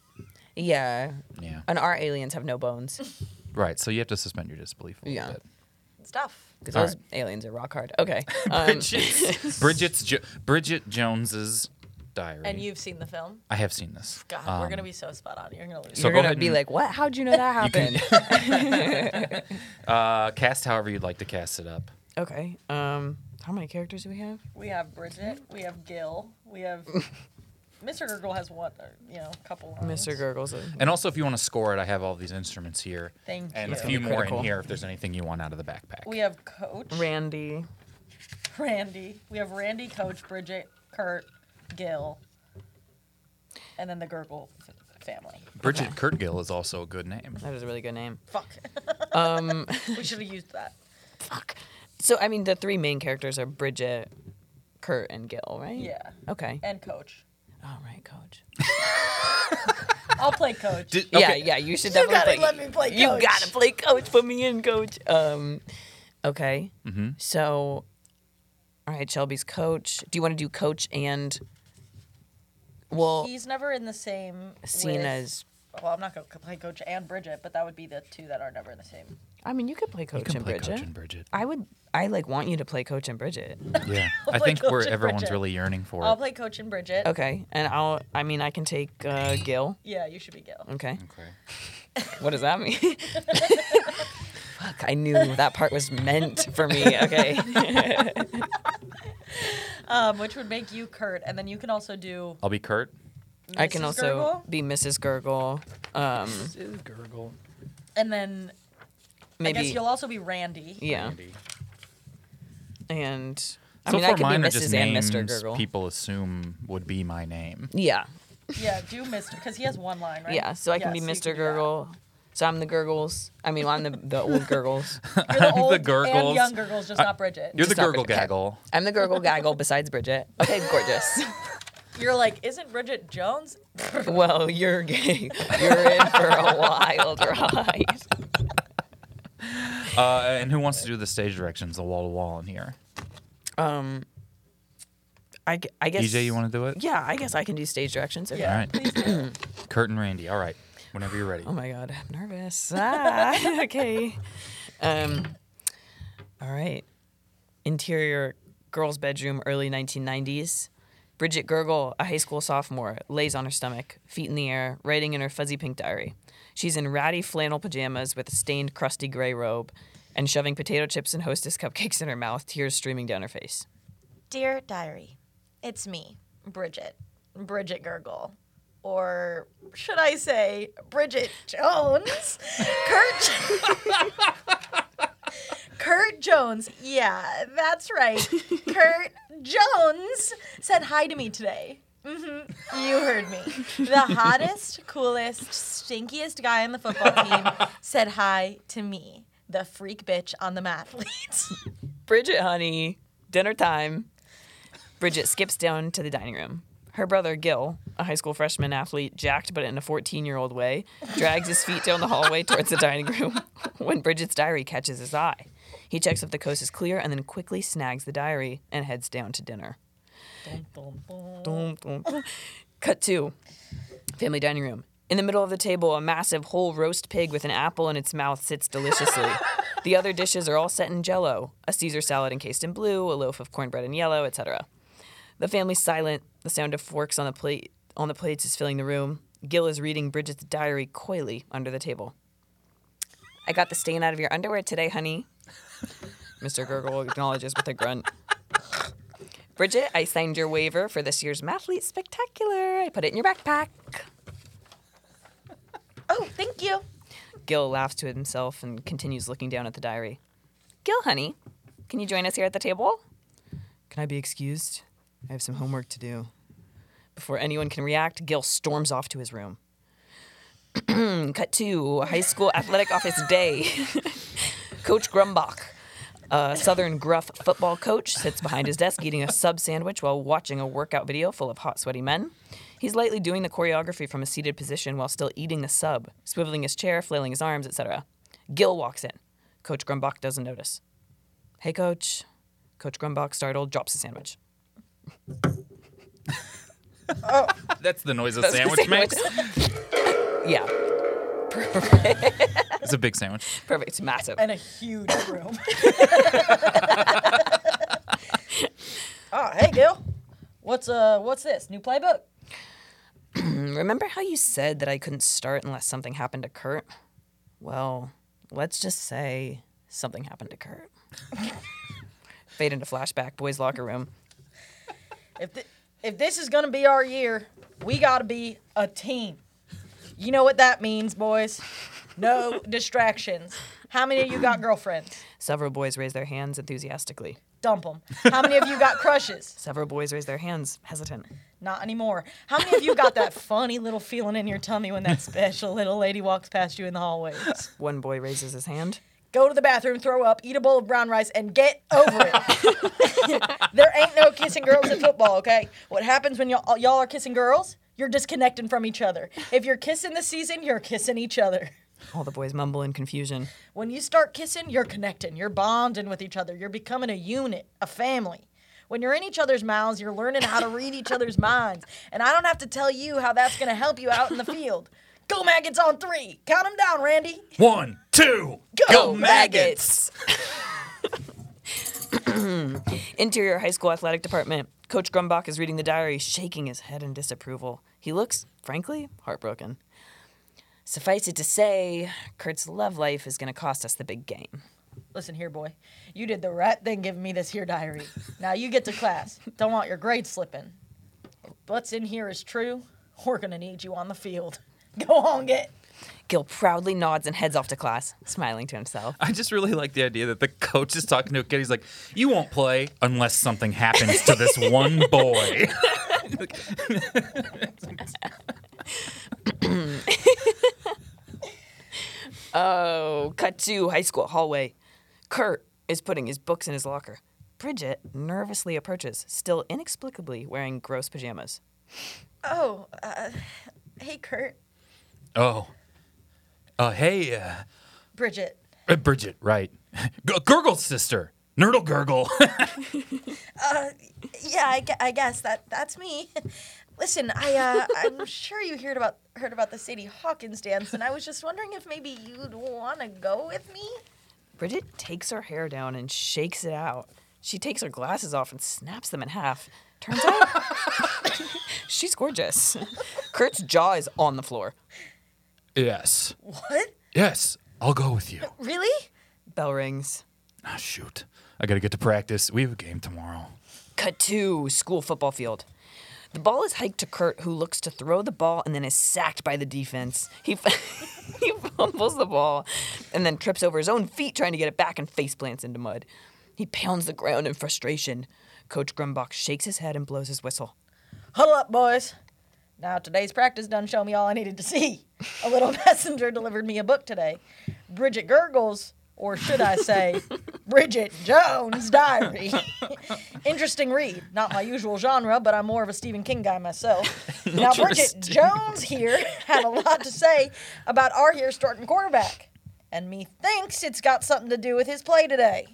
Yeah.
Yeah.
And our aliens have no bones.
Right. So you have to suspend your disbelief a little
Yeah.
bit.
It's tough.
Because
All
those aliens are rock hard. Okay. Um,
Bridget's, Bridget's jo- Bridget Jones's diary.
And you've seen the film.
I have seen this. Um,
God,
Um,
we're gonna be so spot on. You're gonna lose.
so
you're
go
going
ahead
to be
and-
like, what? How'd you know that happened?
Uh, cast however you'd like to cast it up.
okay. Um, how many characters do we have?
We have Bridget. We have Gil. We have Mr. Gurgle has one, or, you know, a couple. Lines.
Mr. Gurgles.
And also, if you want to score it, I have all these instruments here.
Thank
and
you.
a few
That's
more in
critical.
here if there's anything you want out of the backpack.
We have Coach
Randy.
Randy. We have Randy, Coach Bridget, Kurt, Gil, and then the Gurgle f- family.
Bridget Kurtgill is also a good name.
That is a really good name.
Fuck. Um, we should have used that.
Fuck. So, I mean, the three main characters are Bridget, Kurt, and Gil, right?
Yeah.
Okay.
And Coach.
All right, coach.
I'll play Coach.
Did-
Yeah,
okay,
yeah, you should definitely
gotta
play.
let me play
You
coach.
gotta play coach. Put me in, coach. Um, okay.
Mm-hmm.
So, all right, Shelby's coach. Do you want to do coach and? Well,
He's never in the same
seen
with-
as.
Well, I'm not gonna play Coach and Bridget, but that would be the two that are never in the same.
I mean, you could play coach
can
and
play
Bridget.
Coach and Bridget.
I would. I like want you to play coach and Bridget.
Yeah. I
play
think we're
Coach and
everyone's
Bridget.
really yearning for
I'll
it.
play Coach and Bridget.
Okay, and I'll. I mean, I can take uh, Gil.
Yeah, you should be Gil.
Okay.
Okay.
What does that mean? Fuck, I knew that part was meant for me. Okay.
Um, which would make you Kurt, and then you can also do.
I'll be Kurt.
I can
Mrs.
also
Gurgle?
be Mrs. Gurgle. Um,
And then
maybe
I guess you'll also be Randy.
yeah. And I
so
mean,
far,
I could be
mine are just
Mrs. and
names
Mr. Gurgle.
people assume would be my name.
yeah,
Yeah, do Mr. Because he has one line, right?
yeah. So I can
Yes,
be
you
Mr.
do that.
Gurgle. So I'm the Gurgles. I mean, I'm the, the old Gurgles.
You're the
I'm the
old
Gurgles.
And young Gurgles, just not Bridget.
You're the
Stop it.
gurgle
Okay.
gaggle.
I'm the Gurgle Gaggle besides Bridget. Okay, gorgeous.
You're like, isn't Bridget Jones?
well, you're gay. You're in for a wild ride.
Uh, and who wants to do the stage directions, the wall to wall in here?
Um, I, gu- I guess.
DJ, E you want to do it?
Yeah, I guess I can do stage directions. Okay.
All right. Kurt and Randy. All right. Whenever you're ready.
Oh my god, I'm nervous. Ah, okay. Um, all right. Interior girl's bedroom, early 1990s. Bridget Gurgle, a high school sophomore, lays on her stomach, feet in the air, writing in her fuzzy pink diary. She's in ratty flannel pajamas with a stained, crusty gray robe and shoving potato chips and hostess cupcakes in her mouth, tears streaming down her face.
Dear diary, it's me, Bridget. Bridget Gurgle. Or should I say Bridget Jones? Kurt Kurt Jones. Yeah, that's right. Kurt Jones said hi to me today. hmm You heard me. The hottest, coolest, stinkiest guy on the football team said hi to me, the freak bitch on the mathlete.
Bridget, honey, dinner time. Bridget skips down to the dining room. Her brother, Gil, a high school freshman athlete, jacked but in a 14 year old way, drags his feet down the hallway towards the dining room when Bridget's diary catches his eye. He checks if the coast is clear and then quickly snags the diary and heads down to dinner. Dum, dum, dum. Cut two. Family dining room. In the middle of the table, a massive whole roast pig with an apple in its mouth sits deliciously. the other dishes are all set in jello a Caesar salad encased in blue, a loaf of cornbread in yellow, etc. The family's silent. The sound of forks on the plate on the plates is filling the room. Gil is reading Bridget's diary coyly under the table. I got the stain out of your underwear today, honey. Mr. Gurgle acknowledges with a grunt. Bridget, I signed your waiver for this year's Mathlete Spectacular. I put it in your backpack.
Oh, thank you.
Gil laughs to himself and continues looking down at the diary. Gil, honey, can you join us here at the table? Can I be excused? I have some homework to do. Before anyone can react, Gil storms off to his room. Cut to high school athletic office day. coach Grumbach, a Southern gruff football coach, sits behind his desk eating a sub sandwich while watching a workout video full of hot, sweaty men. He's lightly doing the choreography from a seated position while still eating the sub, swiveling his chair, flailing his arms, etc. Gil walks in. Coach Grumbach doesn't notice. Hey, coach. Coach Grumbach, startled, drops the sandwich.
That's the noise a
That's the
sandwich makes.
yeah.
It's a big sandwich.
Perfect. It's massive.
And a huge room. oh, hey, Gil. What's uh, what's this new playbook?
Remember how you said that I couldn't start unless something happened to Kurt? Well, let's just say something happened to Kurt. Fade into flashback, boys' locker room.
If th- if this is gonna be our year, we gotta be a team. You know what that means, boys. No distractions. How many of you got girlfriends?
Several boys raise their hands enthusiastically.
Dump them. How many of you got crushes?
Several boys raise their hands, hesitant.
Not anymore. How many of you got that funny little feeling in your tummy when that special little lady walks past you in the hallways?
One boy raises his hand.
Go to the bathroom, throw up, eat a bowl of brown rice, and get over it. there ain't no kissing girls at football, okay? What happens when y'all, y'all are kissing girls? You're disconnecting from each other. If you're kissing this season, you're kissing each other.
All the boys mumble in confusion.
When you start kissing, you're connecting, you're bonding with each other, you're becoming a unit, a family. When you're in each other's mouths, you're learning how to read each other's minds. And I don't have to tell you how that's going to help you out in the field. Go Maggots on three. Count them down, Randy.
One, two,
Interior high school athletic department. Coach Grumbach is reading the diary, shaking his head in disapproval. He looks, frankly, heartbroken. Suffice it to say, Kurt's love life is going to cost us the big game.
Listen here, boy. You did the right thing giving me this here diary. Now you get to class. Don't want your grades slipping. If what's in here is true, we're going to need you on the field. Go on, get.
Gil proudly nods and heads off to class, smiling to himself.
I just really like the idea that the coach is talking to a kid. He's like, "You won't play unless something happens to this one boy."
Oh, cut to high school hallway. Kurt is putting his books in his locker. Bridget nervously approaches, still inexplicably wearing gross pajamas.
Oh, uh, hey, Kurt.
oh, uh, hey, uh,
Bridget.
uh, Bridget, right? G- Gurgle's sister, Nerdle Gurgle.
Yeah, I, gue- I guess that that's me. Listen, I uh, I'm sure you heard about heard about the Sadie Hawkins dance, and I was just wondering if maybe you'd want to go with me.
Bridget takes her hair down and shakes it out. She takes her glasses off and snaps them in half. Turns out she's gorgeous. Kurt's jaw is on the floor.
yes,
What?
yes, I'll go with you.
Really?
Bell rings.
Ah, shoot, I gotta get to practice. We have a game tomorrow.
Cut to school football field. The ball is hiked to Kurt, who looks to throw the ball and then is sacked by the defense. He, f- he fumbles the ball and then trips over his own feet trying to get it back and face plants into mud. He pounds the ground in frustration. Coach Grumbach shakes his head and blows his whistle.
Huddle up, boys. Now today's practice done show me all I needed to see. A little messenger delivered me a book today. Bridget Gurgles, or should I say, Bridget Jones' diary. Interesting read. Not my usual genre, but I'm more of a Stephen King guy myself. Now Bridget Jones here had a lot to say about our here starting quarterback. And methinks it's got something to do with his play today.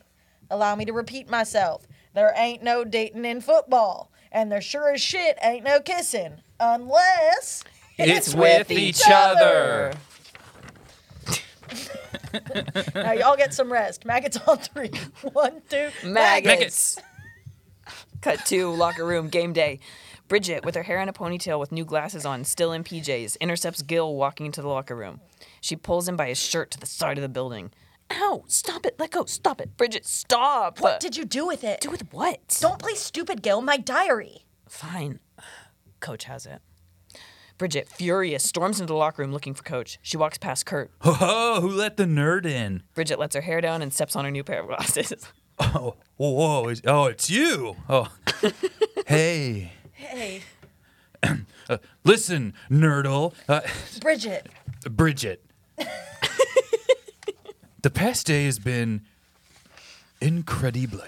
Allow me to repeat myself. There ain't no dating in football, and there sure as shit ain't no kissing, unless
It's with each other.
now y'all get some rest. Maggots on three. One, two.
Maggots. Cut to locker room game day. Bridget, with her hair in a ponytail with new glasses on, still in PJs, intercepts Gil walking into the locker room. She pulls him by his shirt to the side of the building. Ow, stop it, let go, stop it. Bridget, stop.
What did you do with it? Do
with what?
Don't play stupid, Gil. My diary.
Fine. Coach has it. Bridget, furious, storms into the locker room looking for Coach. She walks past Kurt.
Ho ho, who let the nerd in?
Bridget lets her hair down and steps on her new pair of glasses.
Oh, whoa, whoa is, oh, it's you. Oh, hey,
Hey,
uh, listen, nerdle, uh,
Bridget.
Bridget. the past day has been incredible,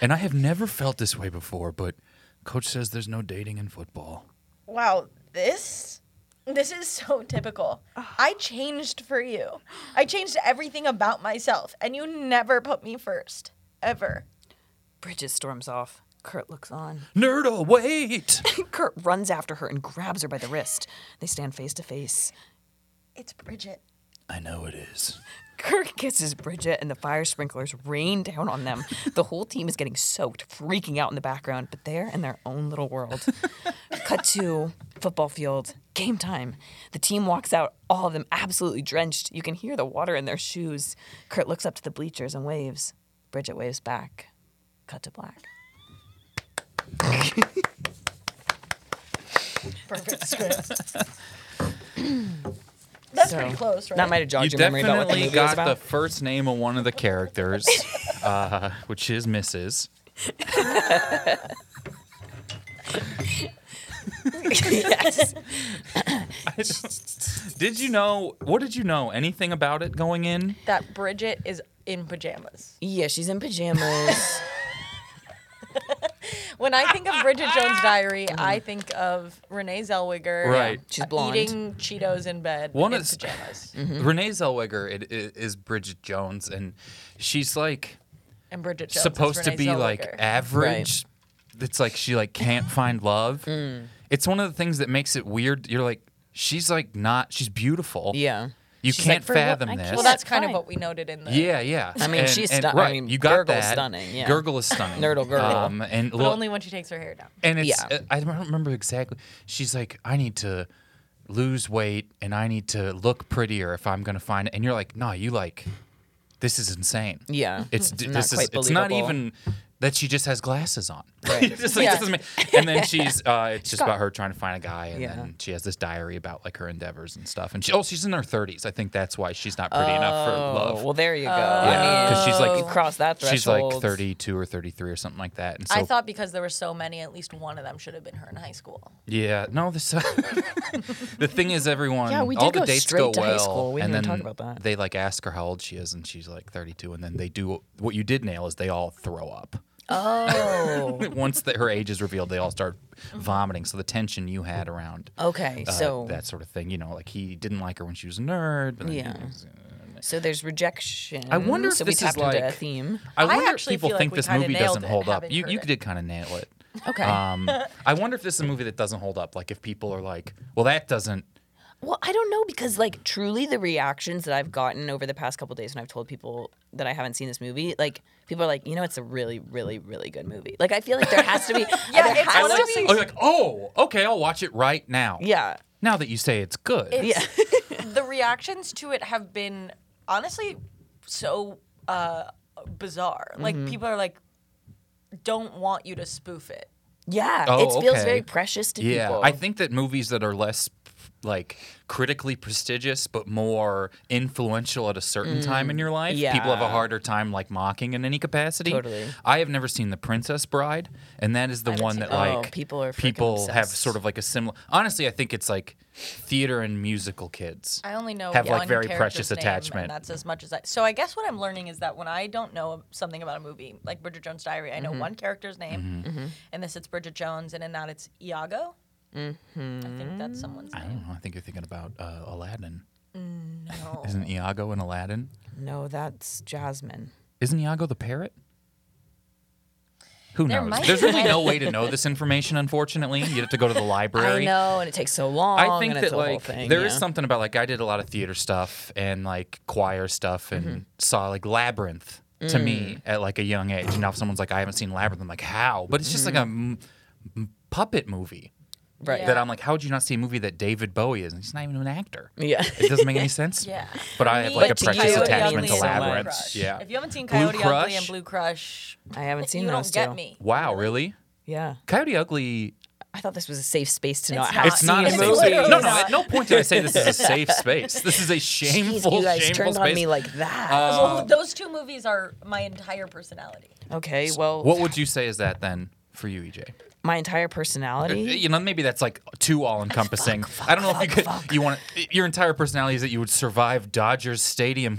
and I have never felt this way before. But coach says there's no dating in football.
Wow, this this is so typical. I changed for you. I changed everything about myself, and you never put me first. Ever.
Bridget storms off. Kurt looks on.
Nerdle, oh, wait!
Kurt runs after her and grabs her by the wrist. They stand face to face.
It's Bridget.
I know it is.
Kirk kisses Bridget, and the fire sprinklers rain down on them. The whole team is getting soaked, freaking out in the background, but they're in their own little world. Cut to football field, game time. The team walks out, all of them absolutely drenched. You can hear the water in their shoes. Kurt looks up to the bleachers and waves. Bridget waves back. Cut to black.
Perfect script. That's
So,
pretty close, right?
That might have jogged your memory about what the movie
got
was about.
the first name of one of the characters, uh, which is Mrs.
yes.
did you know? What did you know? Anything about it going in?
that Bridget is in pajamas.
Yeah, she's in pajamas.
When I think of Bridget Jones' Diary, I think of Renee Zellweger.
Right. She's
uh,
blonde.
Eating Cheetos in bed
One
in
is- Mm-hmm.
pajamas.
Mm-hmm.
Renee Zellweger it, it, is Bridget Jones, and she's like
And Bridget Jones is
supposed to
Renee
be like
Zellweger.
average. It's like she like can't find love.
Mm.
It's one of the things that makes it weird. You're like she's like not. She's beautiful.
Yeah.
You
She's like,
can't
"For what?
fathom
I
this.
can't
Well, that's kind of what we noted in the.
Yeah, yeah.
I mean,
And-
she's
and-
stunning. I
Right,
mean,
you got
Gurgle's
that.
stunning, yeah.
Gurgle is stunning.
Nerdle Gurgle.
Um, and
But
lo-
only when she takes her hair down.
and it's
Yeah.
uh, I don't remember exactly. She's like, I need to lose weight and I need to look prettier if I'm gonna find it. And you're like, no, you like, this is insane.
Yeah.
It's d-
Not
this
quite
is it's not
believable.
even that she just has glasses on.
Right.
It's like,
Yeah.
this doesn't make- and then she's uh, it's just
got-
about her trying to find a guy, and
Yeah.
then she has this diary about like her endeavors and stuff. And she oh, she's in her 30s. I think that's why she's not pretty enough for love.
Oh, well, there you go.
Yeah,
I mean,
'cause she's like-
you cross that threshold.
She's like 32 or 33 or something like that. And so,
I thought because there were so many, at least one of them should have been her in high school.
yeah, no, this. the thing is, everyone,
Yeah, we
all
did
the
go
dates
straight
go
to high
well,
school. We
and
didn't even
then
talk about that.
They like ask her how old she is, and she's like 32. And then they do what you did nail is they all throw up.
Oh.
Once that her age is revealed, they all start vomiting. So the tension you had around
okay, Mm-hmm.
uh,
Oh, so
that sort of thing, you know, like he didn't like her when she was a nerd. But then he
Yeah.
was- uh,
so there's rejection.
I wonder if
so
this
we
is
tapped into a
like
theme.
I
I
wonder if
actually
people
feel like
think
we
this
kinda
movie
nailed
doesn't
it,
hold up.
haven't
You
heard
you
it.
did kind of nail it.
Okay.
Um, I wonder if this is a movie that doesn't hold up. Like if people are like, well, that doesn't.
Well, I don't know because like truly the reactions that I've gotten over the past couple days when I've told people that I haven't seen this movie, like people are like, you know, it's a really, really, really good movie. Like I feel like there has to be
Yeah,
there
it's
has
one
to
of
be-
those-
Oh, you're like, oh, okay, I'll watch it right now.
Yeah.
Now that you say it's good.
Yeah.
the reactions to it have been honestly so uh, bizarre. Like
Mm-hmm.
people are like, don't want you to spoof it.
Yeah.
Oh,
it feels
okay.
very precious to
yeah.
people.
I think that movies that are less like critically prestigious but more influential at a certain time in your life
Mm. yeah.
people have a harder time like mocking in any capacity
Totally.
i have never seen the princess bride and that is the one that
it. Oh,
like
people are freaking
people have
obsessed.
sort of like a similar honestly i think it's like theater and musical kids
I only know
have
one
like very
character's
precious
name,
attachment
And that's as much as I. So I guess what I'm learning is that when I don't know something about a movie, like Bridget Jones' Diary, I
Mm-hmm.
know one character's name,
Mm-hmm.
and this it's Bridget Jones, and in that it's Iago. I think
Mm-hmm.
that's someone's
i
name.
don't know i think you're thinking about uh, aladdin no isn't iago in aladdin
No, that's Jasmine.
Isn't Iago the parrot? Who
There
knows?
might
There's
be
really
one.
no way to know this information, unfortunately. You have to go to the library.
I know, and it takes so long.
I think
and
that
it's a whole
like there
thing,
is
yeah.
something about like I did a lot of theater stuff and like choir stuff and saw like Labyrinth to me at like a young age. And now if someone's like I haven't seen Labyrinth, I'm like how? But it's just like a m- m- puppet movie.
Right.
That I'm like, how would you not see a movie that David Bowie is? And he's not even an actor.
Yeah.
It doesn't make any sense.
Yeah.
But I have
Me
like a
and
precious
Coyote
attachment
Ugly
to
and Blue
Labyrinth.
Crush.
Yeah.
If you haven't seen
Blue
Coyote Ugly and
Crush?
Blue Crush,
I haven't seen
you
those
don't get
two.
me.
Wow, really?
Yeah.
Coyote Ugly.
I thought this was a safe space to not
It's
have
not.
It's not a
seen
safe
movie.
space. No, no.
not.
At no point did I say this is a safe space. This is a
Jeez,
shameful,
you guys
shameful
turned on
space. Uh,
me like that.
Well, those two movies are my entire personality.
okay, well,
What would you say is that then for you, EJ?
my entire personality.
You know, maybe that's like too all-encompassing. I don't know if you could. You want your entire personality is that you would survive Dodgers Stadium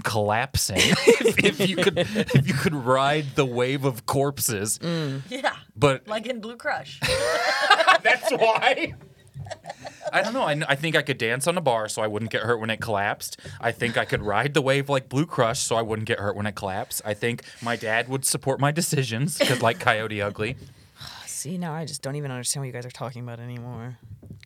collapsing if, if you could. If you could ride the wave of corpses,
Mm.
Yeah.
but
Like in Blue Crush.
that's why. I don't know. I, kn- I think I could dance on a bar so I wouldn't get hurt when it collapsed. I think I could ride the wave like Blue Crush so I wouldn't get hurt when it collapsed. I think my dad would support my decisions 'cause like Coyote Ugly.
See, now I just don't even understand what you guys are talking about anymore.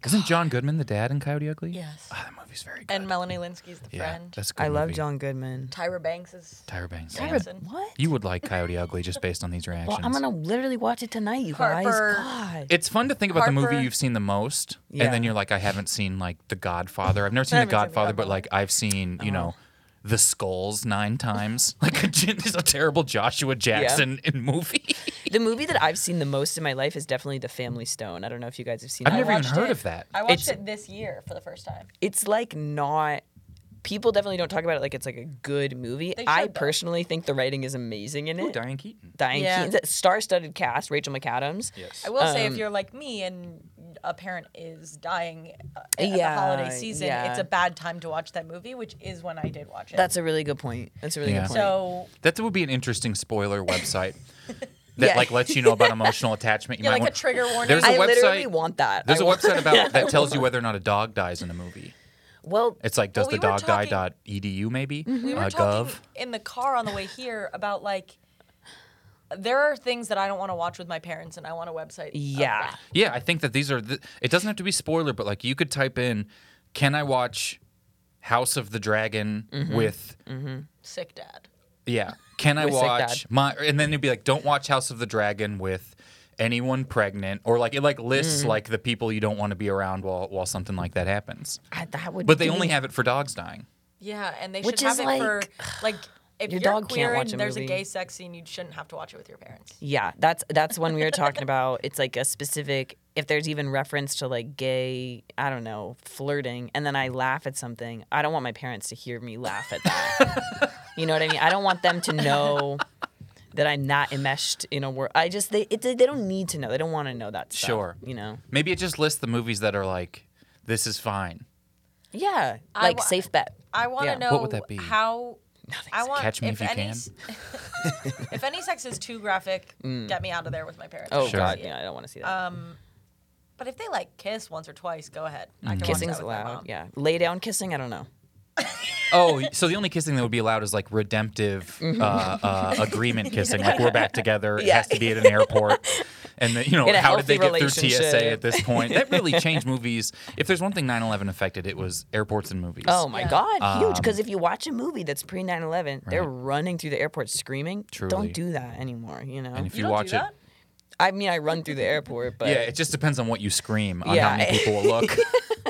Isn't John Goodman the dad in Coyote Ugly?
Yes.
Ah, that movie's very good.
and Melanie Linsky's the
yeah,
friend.
that's a good.
I love
movie.
John Goodman.
Tyra Banks is
Tyra Banks.
Hanson.
What?
You would like Coyote Ugly just based on these reactions.
Well, I'm gonna literally watch it tonight, you
Harper.
guys. God.
It's fun to think about the
Harper.
movie you've seen the most,
Yeah.
and then you're like, I haven't seen like The Godfather. I've never seen The
haven't seen The
Godfather, but
Godfather. Uh-huh.
like I've seen, you know, The Skulls nine times. Like a, it's a terrible Joshua Jackson in movie.
the movie that I've seen the most in my life is definitely The Family Stone. I don't know if you guys have seen.
I've
that.
never e- even
watched
heard
it.
of that.
I
It's-
watched it this year for the first time.
It's like not. People definitely don't talk about it like it's like a good movie.
They
I
should, though.
personally think the writing is amazing in it.
Ooh, Diane Keaton.
Diane
Yeah.
Keaton's star-studded cast, Rachel McAdams.
I will
Um,
say, if you're like me and a parent is dying uh, at
Yeah,
the holiday season,
yeah.
it's a bad time to watch that movie, which is when I did watch it.
That's a really good point. That's a really
Yeah.
good point.
so.
That would be an interesting spoiler website that
Yeah.
like lets you know about emotional attachment. You
Yeah,
might
like
want-
a trigger warning.
There's a
I
website.
literally want that.
There's
I
a
want-
website about that tells you whether or not a dog dies in a movie.
Well,
It's like does
Well, we
the
were
dog die
talking-
dot edu maybe?
We were
Uh,
talking
gov.
in the car on the way here about like there are things that I don't want to watch with my parents, and I want a website. of
yeah.
that.
Yeah, I think that these are. The, it doesn't have to be spoiler, but like you could type in, "Can I watch House of the Dragon with?"
sick dad.
Yeah, can I
With Sick
watch
Dad.
my? And then it'd be like, "Don't watch House of the Dragon with anyone pregnant," or like it like lists like the people you don't want to be around while while something like that happens.
I, that would.
But they
be-
only have it for dogs dying.
Yeah, and they
Which
should have
is
it for like if
your
you're
dog can't
queer
watch
and
a
there's
movie.
a gay sex scene, you shouldn't have to watch it with your parents.
Yeah, that's that's when we were talking about. It's like a specific. If there's even reference to like gay, I don't know, flirting, and then I laugh at something, I don't want my parents to hear me laugh at that. you know what I mean? I don't want them to know that I'm not enmeshed in a world. I just they it, they don't need to know. They don't want to know that. Stuff,
Sure.
You know.
Maybe it just lists the movies that are like, "This is fine."
Yeah. Like
wa-
safe bet.
I want to
Yeah.
know
What would that be?
how. I want
Catch Me
if
If You
any
Can.
s- if any sex is too graphic, get me out of there with my parents.
Mm. Oh
Sure.
God, yeah, I don't want to see that.
But if they like kiss once or twice, go ahead. I
Mm.
can watch that
Kissing's
with my
allowed.
mom.
Yeah. Lay down kissing. I don't know.
Oh, so the only kissing that would be allowed is like redemptive
Mm-hmm.
uh, uh, agreement kissing. Like we're back together. It has to be at an airport. And the, you know
In a
how did they
healthy
get through
relationship.
TSA at this point? That really changed movies. If there's one thing 9/11 affected, it was airports and movies.
Oh my
Um,
God, huge. Because if you watch a movie that's pre 9 11, they're running through the airport screaming.
Truly.
Don't do that anymore, you know?
And if
You
you,
don't
watch
do
it,
that?
I mean, I run through the airport, but
yeah, it just depends on what you scream on how
Yeah.
many people will look.